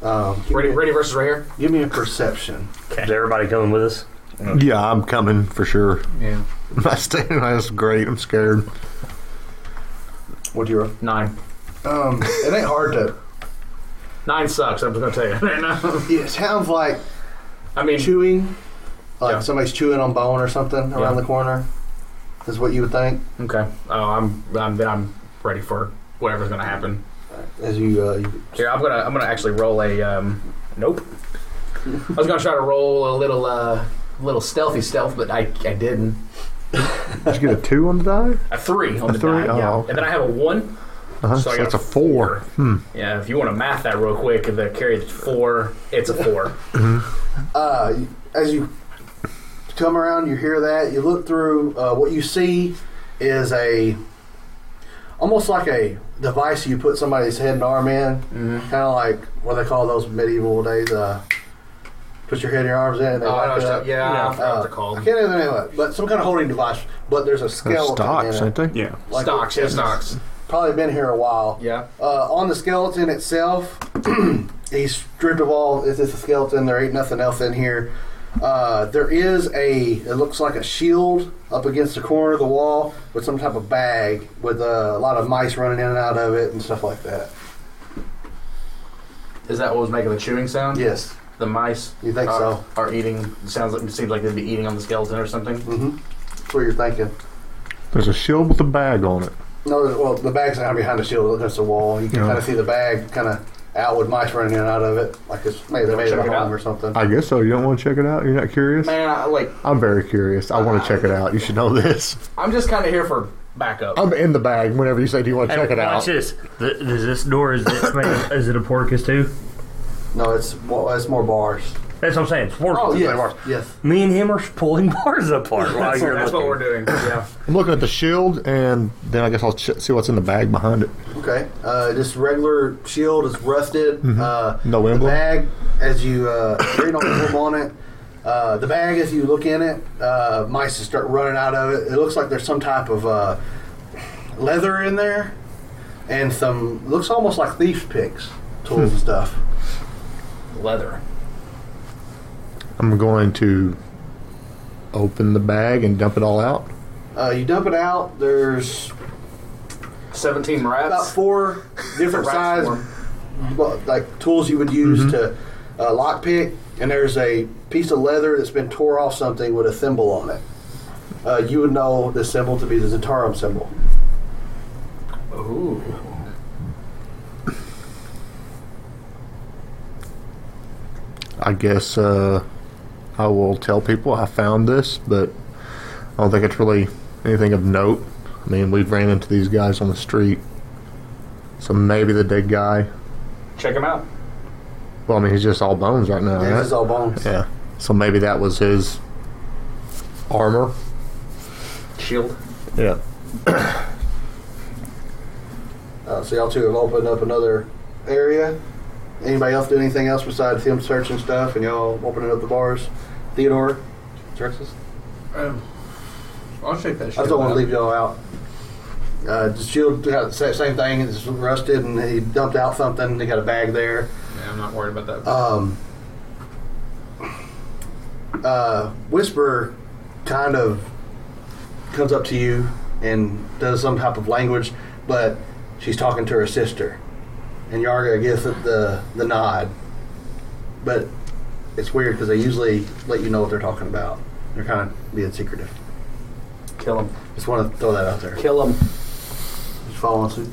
S1: Um, give,
S2: ready
S1: me,
S2: ready versus right here.
S1: give me a perception.
S5: Is everybody coming with us?
S4: Yeah, I'm coming for sure.
S3: Yeah.
S4: I'm not staying in this grate. I'm scared.
S1: What'd you roll?
S2: Nine.
S1: Um, it ain't hard [LAUGHS] to.
S2: Nine sucks. I'm just gonna tell you. [LAUGHS]
S1: It sounds like
S2: I mean,
S1: chewing, like
S2: Yeah.
S1: somebody's chewing on bone or something around
S2: Yeah.
S1: the corner, is what you would think.
S2: okay. Oh, I'm I'm then I'm ready for whatever's gonna happen.
S1: As you, uh, you
S2: Here, I'm gonna I'm gonna actually roll a um. [LAUGHS] Nope. I was gonna try to roll a little uh little stealthy stealth, but I I didn't.
S4: Did you get a two on the die?
S2: A three on
S4: A
S2: the
S4: three?
S2: die. yeah.
S4: Oh, okay.
S2: And then I have a one.
S4: Uh-huh. So,
S2: I got
S4: that's a four. Hmm.
S2: Yeah, if you want to math that real quick, the carry is four. It's a four.
S1: uh, you- as you come around, you hear that. You look through. Uh, what you see is a almost like a device you put somebody's head and arm in,
S2: mm-hmm.
S1: kind of like what they call those medieval days. Uh, put your head and your arms in, and they
S2: Oh, I know
S1: lock
S2: what
S1: it
S2: you're-
S1: up.
S2: yeah, I forgot what
S1: Uh,
S2: they're
S1: I
S2: called.
S1: can't even name it, but some kind of holding device. But there's a
S4: That's
S1: skeleton
S4: stocks,
S1: in it.
S4: ain't they?
S6: Yeah.
S1: Like-
S2: stocks, yeah, stocks.
S1: probably been here a while.
S2: Yeah.
S1: Uh, on the skeleton itself, [CLEARS THROAT] he's stripped of all. It's just a skeleton. There ain't nothing else in here. Uh, there is a. It looks like a shield up against the corner of the wall with some type of bag with uh, a lot of mice running in and out of it and stuff like that.
S2: Is that what was making the chewing sound?
S1: Yes,
S2: The mice
S1: you think
S2: are,
S1: so?
S2: are eating. It sounds like it seems like they'd be eating on the skeleton or something.
S1: Mm-hmm. That's what you're thinking.
S4: There's a shield with a bag on it.
S1: No, well, the bag's not behind the shield. That's the wall. You can
S4: Yeah.
S1: kind of see the bag kind of out with mice running in and out of it, like it's maybe they made it
S2: Check
S1: a
S2: it out.
S1: home or something.
S4: I guess so. You don't want to check it out? You're not curious?
S2: Man, I, like
S4: I'm very curious. I want to check it out. You should know this.
S2: I'm just kind of here for backup.
S4: I'm in the bag whenever you say, Do you want to check it
S5: watch
S4: out?
S5: this. Th- is this [COUGHS] door is it, made, is it a porcus too?
S1: No, it's well, it's more bars.
S5: That's what I'm saying. It's porcus.
S1: Oh
S5: It's like
S1: yes,
S5: bars.
S1: yes.
S5: Me and him are [LAUGHS] pulling bars apart while
S2: That's,
S5: you're
S2: that's what
S5: looking.
S2: we're doing. Yeah.
S4: I'm looking at the shield, and then I guess I'll ch- see what's in the bag behind it.
S1: Okay. Uh, this regular shield is rusted. Uh,
S4: Mm-hmm. No
S1: the
S4: emblem?
S1: bag, as you uh, read on the emblem on it, Uh, the bag, as you look in it, uh, mice just start running out of it. It looks like there's some type of uh, leather in there, and some looks almost like thieves' picks, tools
S4: Hmm.
S1: and stuff.
S2: Leather.
S4: I'm going to open the bag and dump it all out.
S1: Uh, you dump it out. There's
S2: 17
S1: about
S2: rats.
S1: four different
S2: Rats
S1: size,
S2: form.
S1: well, like tools you would use to uh, lockpick. And there's a piece of leather that's been tore off something with a thimble on it. Uh, you would know the symbol to be the Zentarum symbol.
S2: Ooh.
S4: I guess uh, I will tell people I found this, but I don't think it's really anything of note. I mean, we've ran into these guys on the street, so maybe the dead guy.
S2: Check them out.
S4: Well, I mean, he's just all bones right now,
S1: This
S4: right?
S1: is all bones.
S4: yeah. So maybe that was his armor.
S2: Shield.
S4: Yeah.
S1: Uh, so y'all two have opened up another area. Anybody else do anything else besides him searching stuff and y'all opening up the bars? Theodore, Texas.
S6: Um, I'll check that shit
S1: I just don't want
S6: out.
S1: to leave y'all out. Uh, the shield got the sa- same thing. It's rusted, and he dumped out something. They got a bag there.
S6: Yeah, I'm not worried about that.
S1: Um, uh, Whisper kind of comes up to you and does some type of language, but she's talking to her sister, and Yarga gives it the the nod. But it's weird because they usually let you know what they're talking about. They're kind of being secretive.
S2: Kill them.
S1: Just want to throw that out there.
S2: Kill them.
S1: Just following suit.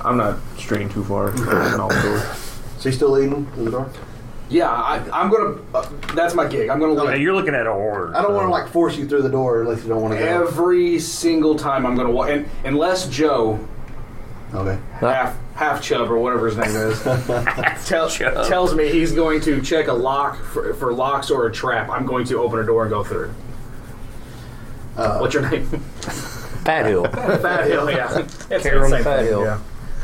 S6: I'm not straying
S2: [LAUGHS]
S6: too far. I'm all good.
S1: So you still leading to the door?
S2: Yeah, I, I'm gonna. Uh, that's my gig. I'm gonna
S5: Hey,
S2: lead.
S5: you're looking at a horror.
S1: I don't want to like force you through the door unless you don't want to go.
S2: Every single time I'm gonna walk, and unless Joe
S1: Okay.
S2: half half chub or whatever his name is
S7: [LAUGHS]
S2: tell, tells me he's going to check a lock for, for locks or a trap, I'm going to open a door and go through. What's your name?
S7: Uh, Fat Hill.
S2: Fat Hill. Yeah, it's, it's
S7: Karen
S2: same
S7: Fat
S2: thing.
S7: Hill.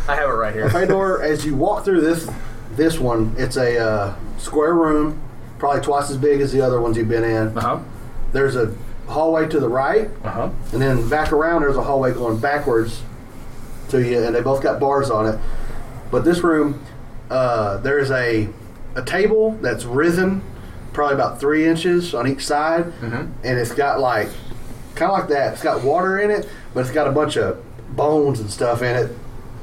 S2: I have it right here.
S1: Fedor, as you walk through this this one, it's a uh, square room, probably twice as big as the other ones you've been in.
S2: Uh huh.
S1: There's a hallway to the right,
S2: Uh huh.
S1: and then back around there's a hallway going backwards to you, and they both got bars on it. But this room, uh, there's a a table that's risen, probably about three inches on each side, and it's got like kind of like that. It's got water in it, but it's got a bunch of bones and stuff in it,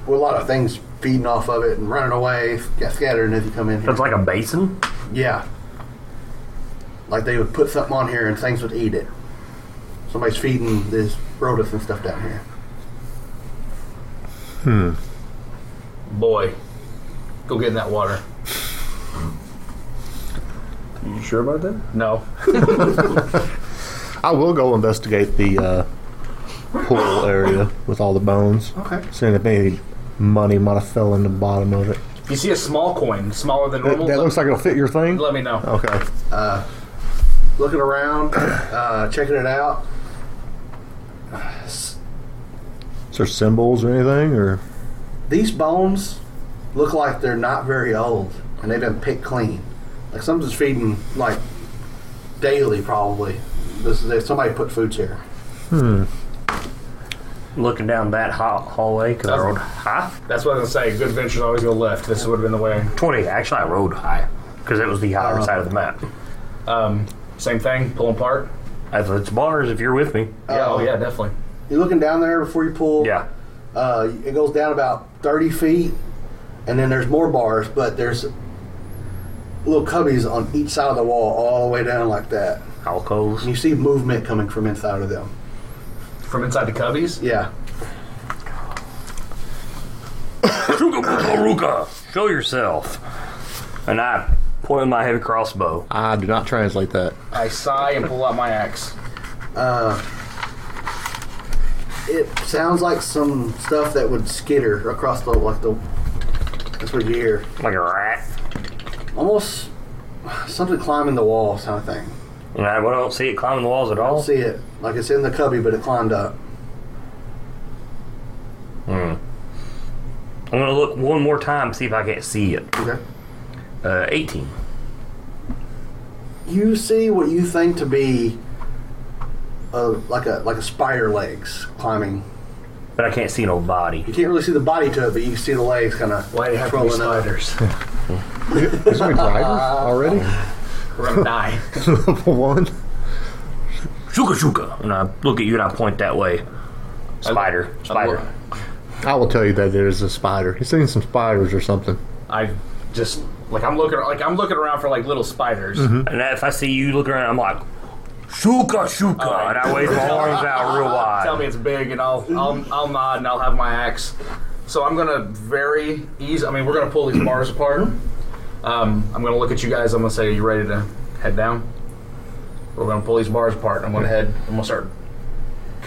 S1: with a lot of things feeding off of it and running away, got scattered. If you come in, here.
S5: It's like a basin.
S1: Yeah. Like they would put something on here and things would eat it. Somebody's feeding this rodents and stuff down here.
S2: Boy, go get in that water.
S6: You sure about that?
S2: No.
S4: I will go investigate the uh, pool area with all the bones,
S1: Okay.
S4: seeing if any money might have fell in the bottom of it.
S2: If you see a small coin, smaller than
S4: That,
S2: normal,
S4: that
S2: let,
S4: looks like it'll fit your thing.
S2: let me know.
S4: Okay.
S1: Looking around, [COUGHS] uh, checking it out.
S4: Is there symbols or anything, or
S1: These bones look like they're not very old and they've been picked clean. Like something's feeding like daily probably. This is somebody put foods here.
S5: Looking down that ha- hallway because I
S2: That's-
S5: rode high.
S2: That's what I was gonna say. Good ventures always go left. This would have been the way.
S5: Twenty. Actually, I rode high because it was the higher
S1: Uh,
S5: side of the map.
S2: Um, same thing. Pull them apart.
S5: If it's bars, if you're with me,
S2: Yeah. Oh
S1: Uh,
S2: yeah, definitely.
S1: You're looking down there before you pull.
S5: yeah.
S1: Uh, it goes down about 30 feet, and then there's more bars, but there's little cubbies on each side of the wall, all the way down like that.
S5: Alcoves.
S1: And you see movement coming from inside of them.
S2: From inside the cubbies.
S1: Yeah.
S5: Ruka, ruka, ruka. Show yourself. And I point my heavy crossbow.
S4: I do not translate that.
S2: I sigh and pull out my axe.
S1: It sounds like some stuff that would skitter across the, like the, that's what you hear.
S5: Like a rat.
S1: Almost something climbing the wall, kind of thing.
S5: And I, well, I don't see it climbing the walls at
S1: I
S5: all.
S1: don't see it. Like it's in the cubby, but it climbed up.
S5: I'm gonna look one Uh, more time, see if I can't see it.
S1: Okay.
S5: Uh, 18.
S1: you see what you think to be uh like a like a spider legs climbing.
S5: But I can't see no body.
S1: You can't really see the body to it, but you can see the legs kind of
S2: Why do you have to be spiders?
S4: Is there any gliders already?
S2: We're gonna die.
S4: Level [LAUGHS] one.
S5: Shuka shuka. And I look at you and I point that way. Spider. Spider.
S4: I will tell you that there is a spider. He's seen some spiders or something.
S2: I just like I'm looking like I'm looking around for like little spiders.
S5: And if I see you looking around, I'm like, shuka shuka.
S2: right.
S5: And I wave my arms out real
S2: Tell
S5: wide.
S2: me it's big, and I'll I'll I'll nod and I'll have my axe. So I'm gonna very easy. I mean, we're gonna pull these bars apart. Um, I'm gonna look at you guys. I'm gonna say, "Are you ready to head down?" We're gonna pull these bars apart. And I'm gonna head. I'm gonna start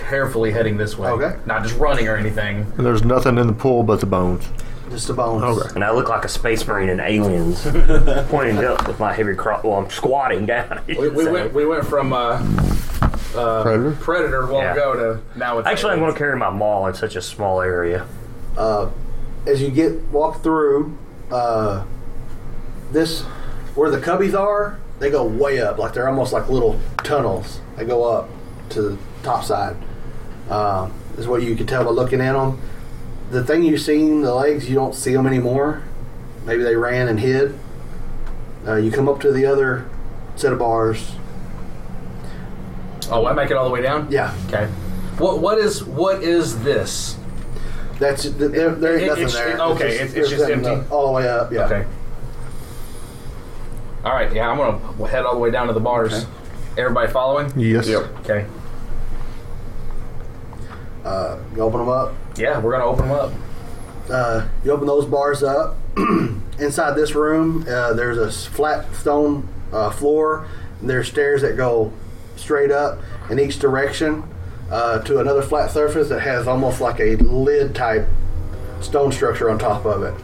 S2: carefully heading this way.
S1: Okay.
S2: Not just running or anything.
S4: And there's nothing in the pool but the bones.
S1: just the bones.
S4: Okay.
S5: And I look like a space marine
S2: [LAUGHS]
S5: in aliens, pointing up with my heavy crop. Well, I'm squatting down. [LAUGHS]
S2: We, we went. We went from uh,
S4: Predator.
S2: predator a while
S5: Yeah.
S2: ago to now. It's
S5: Actually, I'm
S2: aliens.
S5: going to carry my maul in such a small area.
S1: as you get walk through uh, this where the cubbies are they go way up like they're almost like little tunnels they go up to the top side um, is what you can tell by looking at them the thing you've seen the legs you don't see them anymore maybe they ran and hid uh, you come up to the other set of bars
S2: Oh, I make it all the way down.
S1: yeah
S2: Okay. What what is what is this?
S1: that's th- there, there ain't
S2: It-
S1: nothing
S2: it's-
S1: there
S2: okay, it's- it's just
S1: nothing
S2: empty.
S1: up- uh, all the way up yeah
S2: Okay. All right. Yeah, I'm gonna head all the way down to the bars.
S1: Okay.
S2: Everybody following?
S4: Yes.
S2: Okay.
S1: uh, you open them up
S2: Yeah, we're gonna open them up.
S1: uh, you open those bars up. [CLEARS THROAT] Inside this room, uh, there's a s- flat stone uh, floor. And there's stairs that go straight up in each direction uh, to another flat surface that has almost like a lid type stone structure on top of it.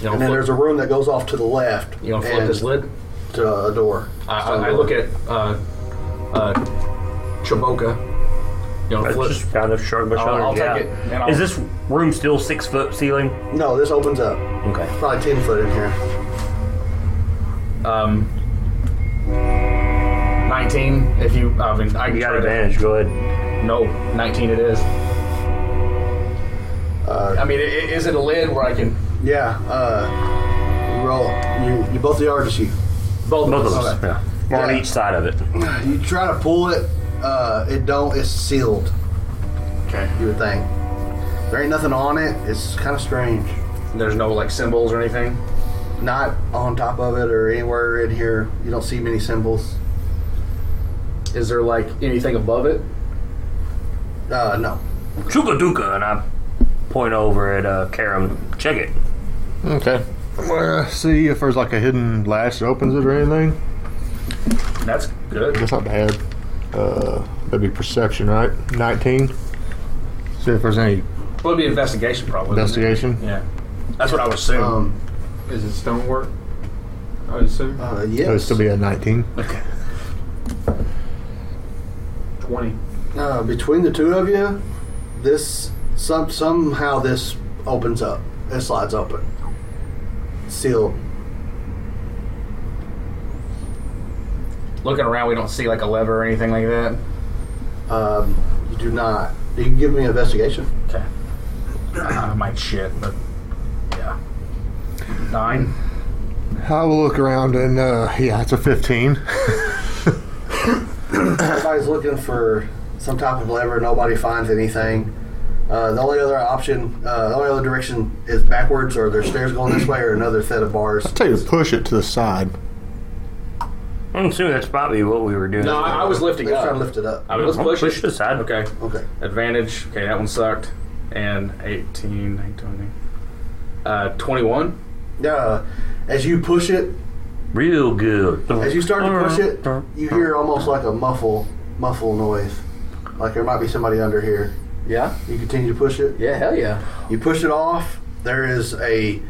S2: You
S1: And then
S2: gonna
S1: there's
S2: flip,
S1: a room that goes off to the left.
S2: you gonna flip
S1: and
S2: this lid?
S1: to a door.
S2: I,
S1: Stone
S2: I, I
S1: door.
S2: look at uh, uh, Chaboka. You
S5: I
S2: gonna flip?
S5: just kind of shrug my
S2: I'll-
S5: shoulders.
S2: I'll take
S5: yeah.
S2: it, and I'll-
S5: Is this room still six foot ceiling?
S1: No, this opens up.
S5: Okay.
S1: Probably ten foot in here.
S2: um, nineteen. If you, I mean, I
S5: You got
S2: try to-
S5: advantage. Go ahead.
S2: No, nineteen. It is. I mean, i- i- is it a lid where I can?
S1: Yeah. Uh, you roll. You, you both the artistry.
S2: Both,
S5: Both of us.
S2: Okay.
S5: Yeah. We're on
S1: Yeah.
S5: each side of it.
S1: You try to pull it, uh, it don't. It's sealed.
S2: Okay.
S1: You would think there ain't nothing on it. It's kind of strange.
S2: There's no like symbols or anything.
S1: Not on top of it or anywhere in here. You don't see many symbols.
S2: Is there like anything above it?
S1: Uh, no.
S5: Chuka duka, and I point over at uh, Karam. Check it.
S4: Okay. Well, see if there's like a hidden latch that opens it or anything.
S2: That's good.
S4: That's not bad. Uh, that'd be perception, right? 19. See if there's any
S2: Would be investigation probably. wouldn't it?
S4: investigation.
S2: Yeah, that's what I was saying.
S1: Um,
S3: Is it stonework? I would assume.
S1: uh,
S4: It would
S1: yes.
S4: Oh, still be a 19.
S3: 20.
S1: Uh, between the two of you, this some somehow this opens up. It slides open. Sealed.
S2: Looking around, we don't see like a lever or anything like that.
S1: Um, you do not. You can give me an investigation.
S2: Okay. [CLEARS THROAT] I might shit, but yeah. Nine.
S4: I will look around and, uh, yeah, it's a 15.
S1: Everybody's looking for some type of lever. Nobody finds anything. Uh, the only other option, uh, the only other direction is backwards, or there's stairs going this way, or another set of bars.
S4: I'll tell you to push it to the side.
S5: I'm assuming that's probably what we were doing.
S2: No, I, I was lifting
S1: They're trying to
S2: up.
S1: lift it up.
S2: I mean, let's
S5: I'll
S2: push,
S5: push
S2: it.
S5: this side.
S2: Okay.
S1: Okay.
S2: Advantage. Okay, that one sucked. And 18, 19, uh, 21.
S1: Uh, as you push it,
S5: Real good. Uh-huh.
S1: as you start to push it, you hear almost like a muffle, muffle noise, like there might be somebody under here.
S2: Yeah.
S1: You continue to push it.
S2: Yeah. Hell yeah.
S1: You push it off. There is a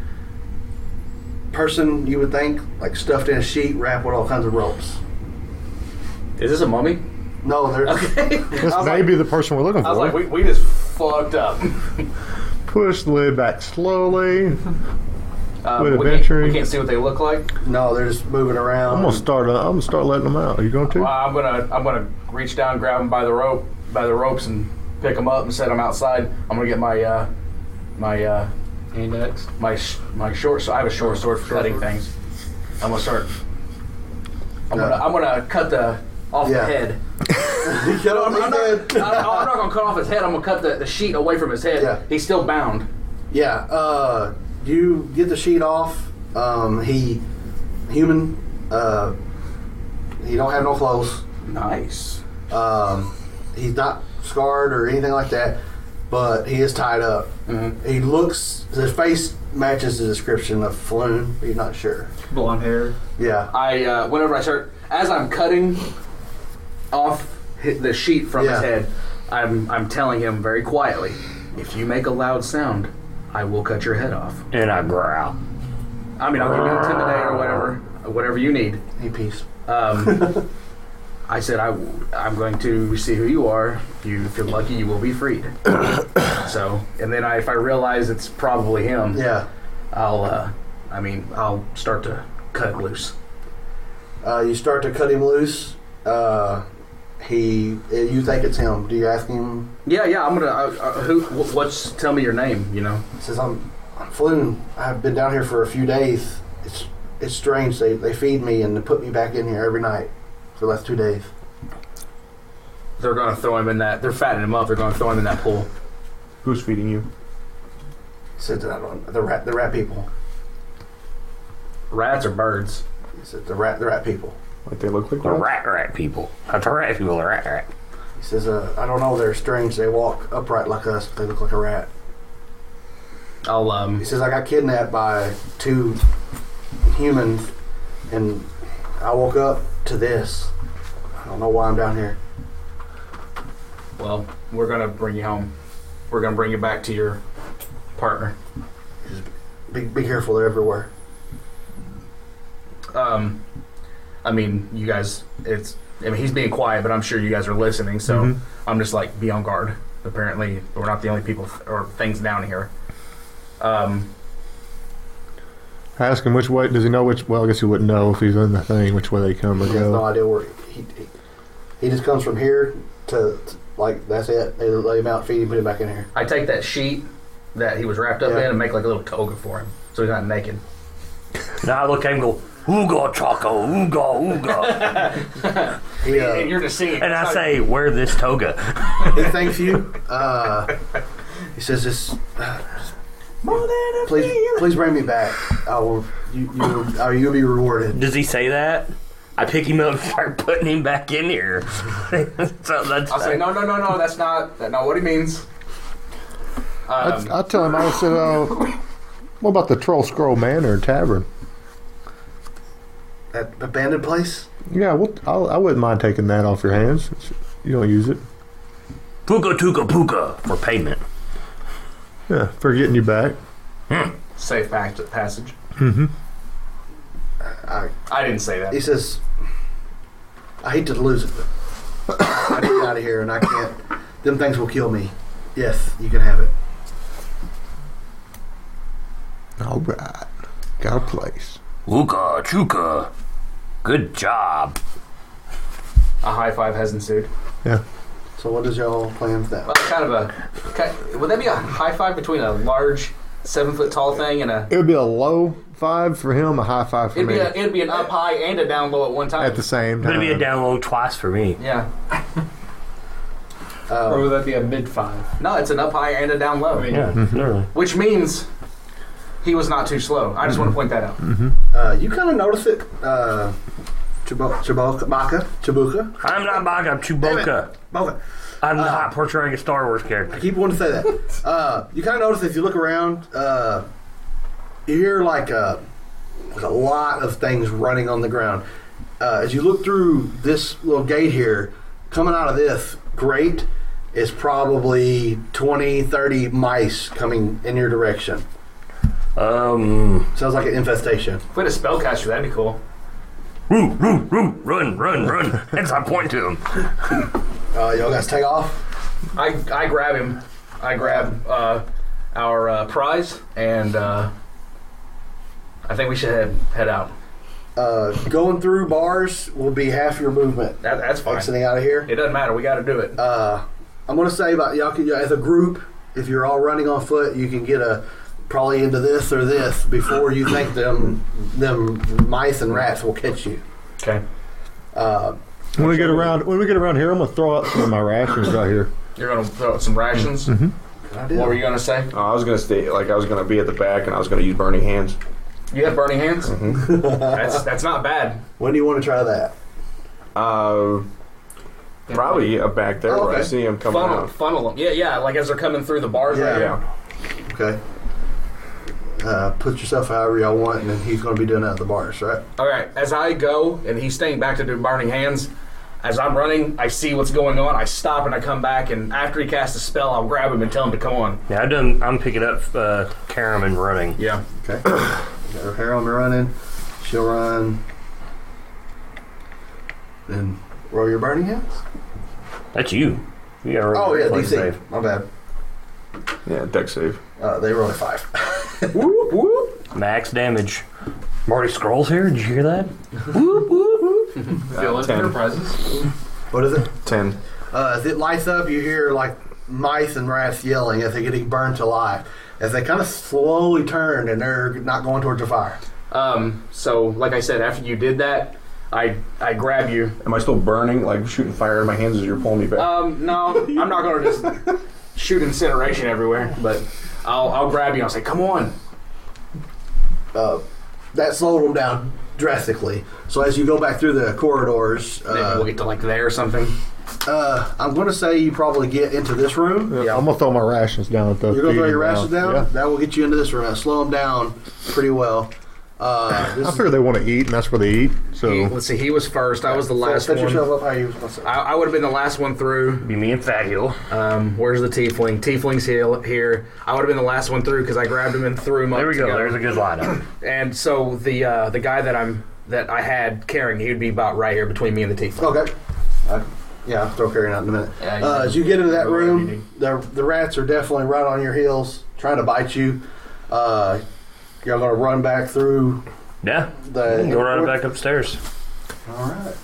S1: person you would think like stuffed in a sheet, wrapped with all kinds of ropes.
S2: Is this a mummy?
S1: No, there's
S4: This
S2: I was
S4: may
S2: like-
S4: be the person we're looking for.
S2: I was like, we, we just fucked up. [LAUGHS]
S4: push the lid back slowly.
S2: Um,
S4: With
S2: we, can't,
S4: adventuring.
S2: we can't see what they look like.
S1: No, they're just moving
S4: I'm
S1: around.
S4: gonna start. Uh, I'm gonna start letting them out. Are you going
S2: Uh,
S4: to?
S2: I'm gonna I'm gonna reach down, grab them by the rope, by the ropes, and pick them up and set them outside. I'm gonna get my uh, my uh,
S3: Hand axe.
S2: my sh- my short. So I have a short sword for cutting things. I'm gonna start. I'm gonna I'm gonna cut the off
S1: Yeah.
S2: the head.
S1: [LAUGHS] You know what I mean, man?
S2: [LAUGHS] I, I'm not gonna cut off his head. I'm gonna cut the, the sheet away from his head.
S1: Yeah.
S2: He's still bound.
S1: Yeah, uh, you get the sheet off. Um, he human. Uh, he don't have no clothes.
S2: Nice.
S1: Um, he's not scarred or anything like that, but he is tied up. He looks. His face matches the description of Floon. but You're not sure.
S3: Blonde hair.
S1: Yeah.
S2: I uh, whenever I start as I'm cutting off hi- the sheet from
S1: Yeah.
S2: his head, I'm I'm telling him very quietly, if you make a loud sound, I will cut your head off.
S5: And I growl.
S2: I mean, I'll give you intimidate or whatever, whatever you need.
S1: He peace.
S2: Um,
S1: [LAUGHS]
S2: I said I am going to see who you are. You if you're lucky, you will
S1: [COUGHS]
S2: be freed. so, and then I, if I realize it's probably him,
S1: Yeah.
S2: I'll uh, I mean I'll start to cut loose.
S1: Uh, you start to cut him loose. Uh, he. You think it's him? Do you ask him?
S2: Yeah, yeah. I'm gonna. Uh, uh, who? wh- What's? Tell me your name. You know.
S1: He says I'm. I'm Floon. I've been down here for a few days. It's. It's strange. They, they feed me and they put me back in here every night for the last two days.
S2: They're gonna throw him in that. They're fattening him up. They're gonna throw him in that pool.
S6: Who's feeding you?
S1: He said I don't. The rat. The rat people.
S2: Rats or birds?
S1: He said the rat. The rat people.
S6: Like they look like
S5: The rat
S6: rats?
S5: rat people. Not the rat people, the rat rat.
S1: He says, uh, I don't know, they're strange. They walk upright like us, but they look like a rat.
S2: I'll
S1: He
S2: um.
S1: says, I got kidnapped by two humans, and I woke up to this. I don't know why I'm down here.
S2: Well, we're gonna bring you home. We're gonna bring you back to your partner.
S1: Be, be careful, they're everywhere.
S2: Um, I mean, you guys. It's. I mean, he's being quiet, but I'm sure you guys are listening. So
S4: Mm-hmm.
S6: Mhm.
S2: I'm just like be on guard. Apparently, we're not the only people th- or things down here. Um,
S4: Ask him which way. Does he know which? Well, I guess he wouldn't know if he's in the thing. Which way they come or
S1: He has no
S4: go.
S2: Um,
S1: idea where he, he, he just comes from here to, to- like, that's it. They lay him out, feed him, put him back in here.
S2: I take that sheet that he was wrapped up
S1: Yeah.
S2: in and make like a little toga for him, so he's not naked.
S5: Now I look at him and go, Ooga Choco, Ooga,
S1: [LAUGHS]
S5: Ooga.
S1: He, uh,
S2: And you're just singing.
S5: and I say, Wear this toga.
S1: he thanks you. Uh, he says, "This please, please bring me back. I will. You, you, uh, you'll be rewarded."
S5: Does he say that? I pick him up and start putting him back in here. [LAUGHS] so that's
S2: I'll say, no, no, no, no, that's not that's not what he means. Um,
S4: I, I tell him. I said, "Oh, what about the Troll Scroll Manor Tavern?
S1: That abandoned place.
S4: Yeah, we'll, I'll, I wouldn't mind taking that off your hands. You don't use it.
S5: Puka Tuka Puka for payment.
S4: Yeah, for getting you back.
S2: safe pass- passage.
S1: I,
S2: I didn't say that.
S1: he says, I hate to lose it, but I get out of here and I can't. Them things will kill me. Yes, you can have it.
S4: All right, got a place.
S5: Luka Chuka. Good job.
S2: A high five has ensued.
S1: So, what is y'all plan for
S2: Well,
S1: that?
S2: kind of a. ki- Would that be a high five between a large seven foot tall thing and a?
S4: It would be a low five for him, a high five for
S2: It'd
S4: me
S2: be a, it'd be an up high and a down low at one time.
S4: at the same time.
S5: Gonna be a download twice for me.
S2: yeah.
S3: Or
S1: Uh,
S3: would that be a mid five?
S2: No, it's an up high and a down low,
S3: I mean,
S5: Yeah, literally.
S2: which means he was not too slow. I just want to point that out.
S1: uh, you kind of notice it, uh, Chewbo- Chewbo- Chewbacca, Chewbacca,
S5: I'm not Bob, I'm Chewbacca.
S1: Chewbacca.
S5: I'm not portraying a Star Wars character.
S1: I keep wanting to say that. Uh, you kind of notice if you look around, uh, you hear like a, like a lot of things running on the ground. Uh, as you look through this little gate here, coming out of this grate is probably 20, 30 mice coming in your direction.
S5: Um
S1: Sounds like an infestation.
S2: If we had a spellcaster, that'd be cool.
S5: Roo, roo, roo, run, run, run. [LAUGHS] As I point to him.
S1: Uh, y'all guys take off?
S2: I, I grab him. I grab uh, our uh, prize and uh, I think we should head, head out.
S1: Uh, going through bars will be half your movement.
S2: That, that's fine.
S1: Exiting out of here.
S2: It doesn't matter. We got to do it.
S1: Uh, I'm gonna say about y'all can as a group. If you're all running on foot, you can get a probably into this or this before you think them them mice and rats will catch you.
S2: Okay.
S1: Uh,
S4: When we get around, when we get around here, I'm gonna throw out some of my rations out here.
S2: You're gonna throw out some rations. What were you gonna say?
S6: Oh, I was gonna stay like I was gonna be at the back, and I was gonna use burning hands.
S2: You have burning hands. [LAUGHS] that's that's not bad.
S1: when do you want to try that?
S6: Uh, probably uh, back there
S1: Oh,
S6: where I
S1: okay.
S6: see him coming
S2: Funnel
S6: out.
S2: funnel them. Yeah, yeah. Like as they're coming through the bars right now.
S6: Yeah,
S1: Okay. Uh, put yourself however y'all want, and then he's going to be doing that at the bars, right?
S2: All right. As I go and he's staying back to do burning hands. As I'm running, I see what's going on. I stop and I come back, and after he casts a spell, I'll grab him and tell him to come on.
S5: Yeah, I done, I'm picking up uh, Karam and running.
S2: Yeah.
S1: Okay. [CLEARS THROAT] Got her hair on me running. She'll run. Then roll your burning hands.
S5: That's you. You got
S1: Oh yeah, DC.
S5: Save.
S1: My bad.
S6: yeah, deck save.
S1: Uh, they rolled a five.
S6: whoop whoop.
S5: Max damage. Marty Scrolls here. Did you hear that?
S3: Feeling
S6: ten.
S3: Enterprises.
S1: What is it?
S6: Ten.
S1: Uh, as it lights up, you hear like mice and rats yelling as they're getting burnt alive. As they kind of slowly turn and they're not going towards the fire.
S2: Um. So, like I said, after you did that, I I grab you.
S6: Am I still burning? Like shooting fire in my hands as you're pulling me back?
S2: Um. No, I'm not gonna just shoot incineration everywhere, but I'll I'll grab you. I'll say, come on.
S1: Uh, that slowed them down drastically. So as you go back through the corridors,
S2: Maybe
S1: uh,
S2: we'll get to like there or something.
S1: Uh, I'm going to say you probably get into this room.
S4: Yeah, I'm gonna throw my rations down at the.
S1: You're going to throw
S4: feeding
S1: your rations down.
S4: ground.
S1: That will get you into this room. That'll slow them down pretty well. Uh,
S4: Yeah.
S1: this
S4: I figure they want to eat, and that's where they eat.
S2: He-
S4: So
S2: let's see. He was first. I was the
S1: so
S2: last
S1: set
S2: one.
S1: yourself up how you want to.
S2: I, I would have been the last one through.
S5: Be me and Fat Hill.
S2: Um, where's the tiefling? Tiefling's heel- here. I would have been the last one through because I grabbed him and threw him up.
S5: There we go.
S2: together.
S5: There's a good lineup.
S2: and so the uh, the guy that I'm that I had carrying, he would be about right here between me and the tiefling.
S1: Okay. Uh, yeah, I'll throw carrying out in a minute.
S2: Yeah, you
S1: uh,
S2: can
S1: as you get into that
S2: go wherever you
S1: room, the, the rats are definitely right on your heels, trying to bite you. Uh, you're going to run back through
S5: Yeah.
S1: the.
S5: Go right back upstairs.
S1: All right.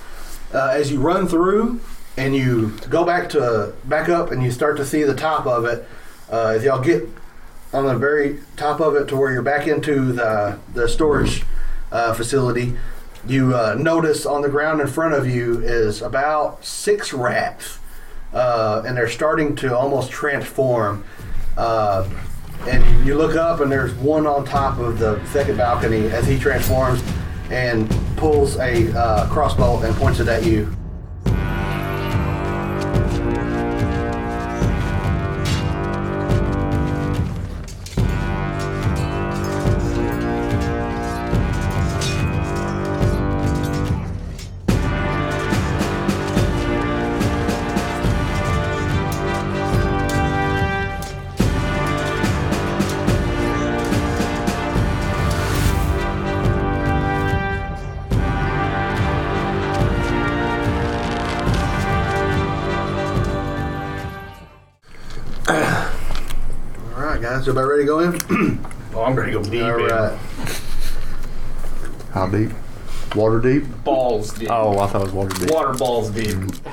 S1: Uh, as you run through and you go back to back up and you start to see the top of it, uh, as y'all get on the very top of it to where you're back into the the storage uh, facility, you uh, notice on the ground in front of you is about six rats, uh, and they're starting to almost transform. Uh, and you look up, and there's one on top of the second balcony as he transforms and pulls a uh, crossbow and points it at you. All right, guys, everybody ready to go in?
S2: [CLEARS THROAT] Oh, I'm gonna go deep.
S1: All
S2: in.
S1: right.
S4: how deep? Water deep?
S2: Balls deep.
S4: Oh, I thought it was water deep.
S2: Water balls deep.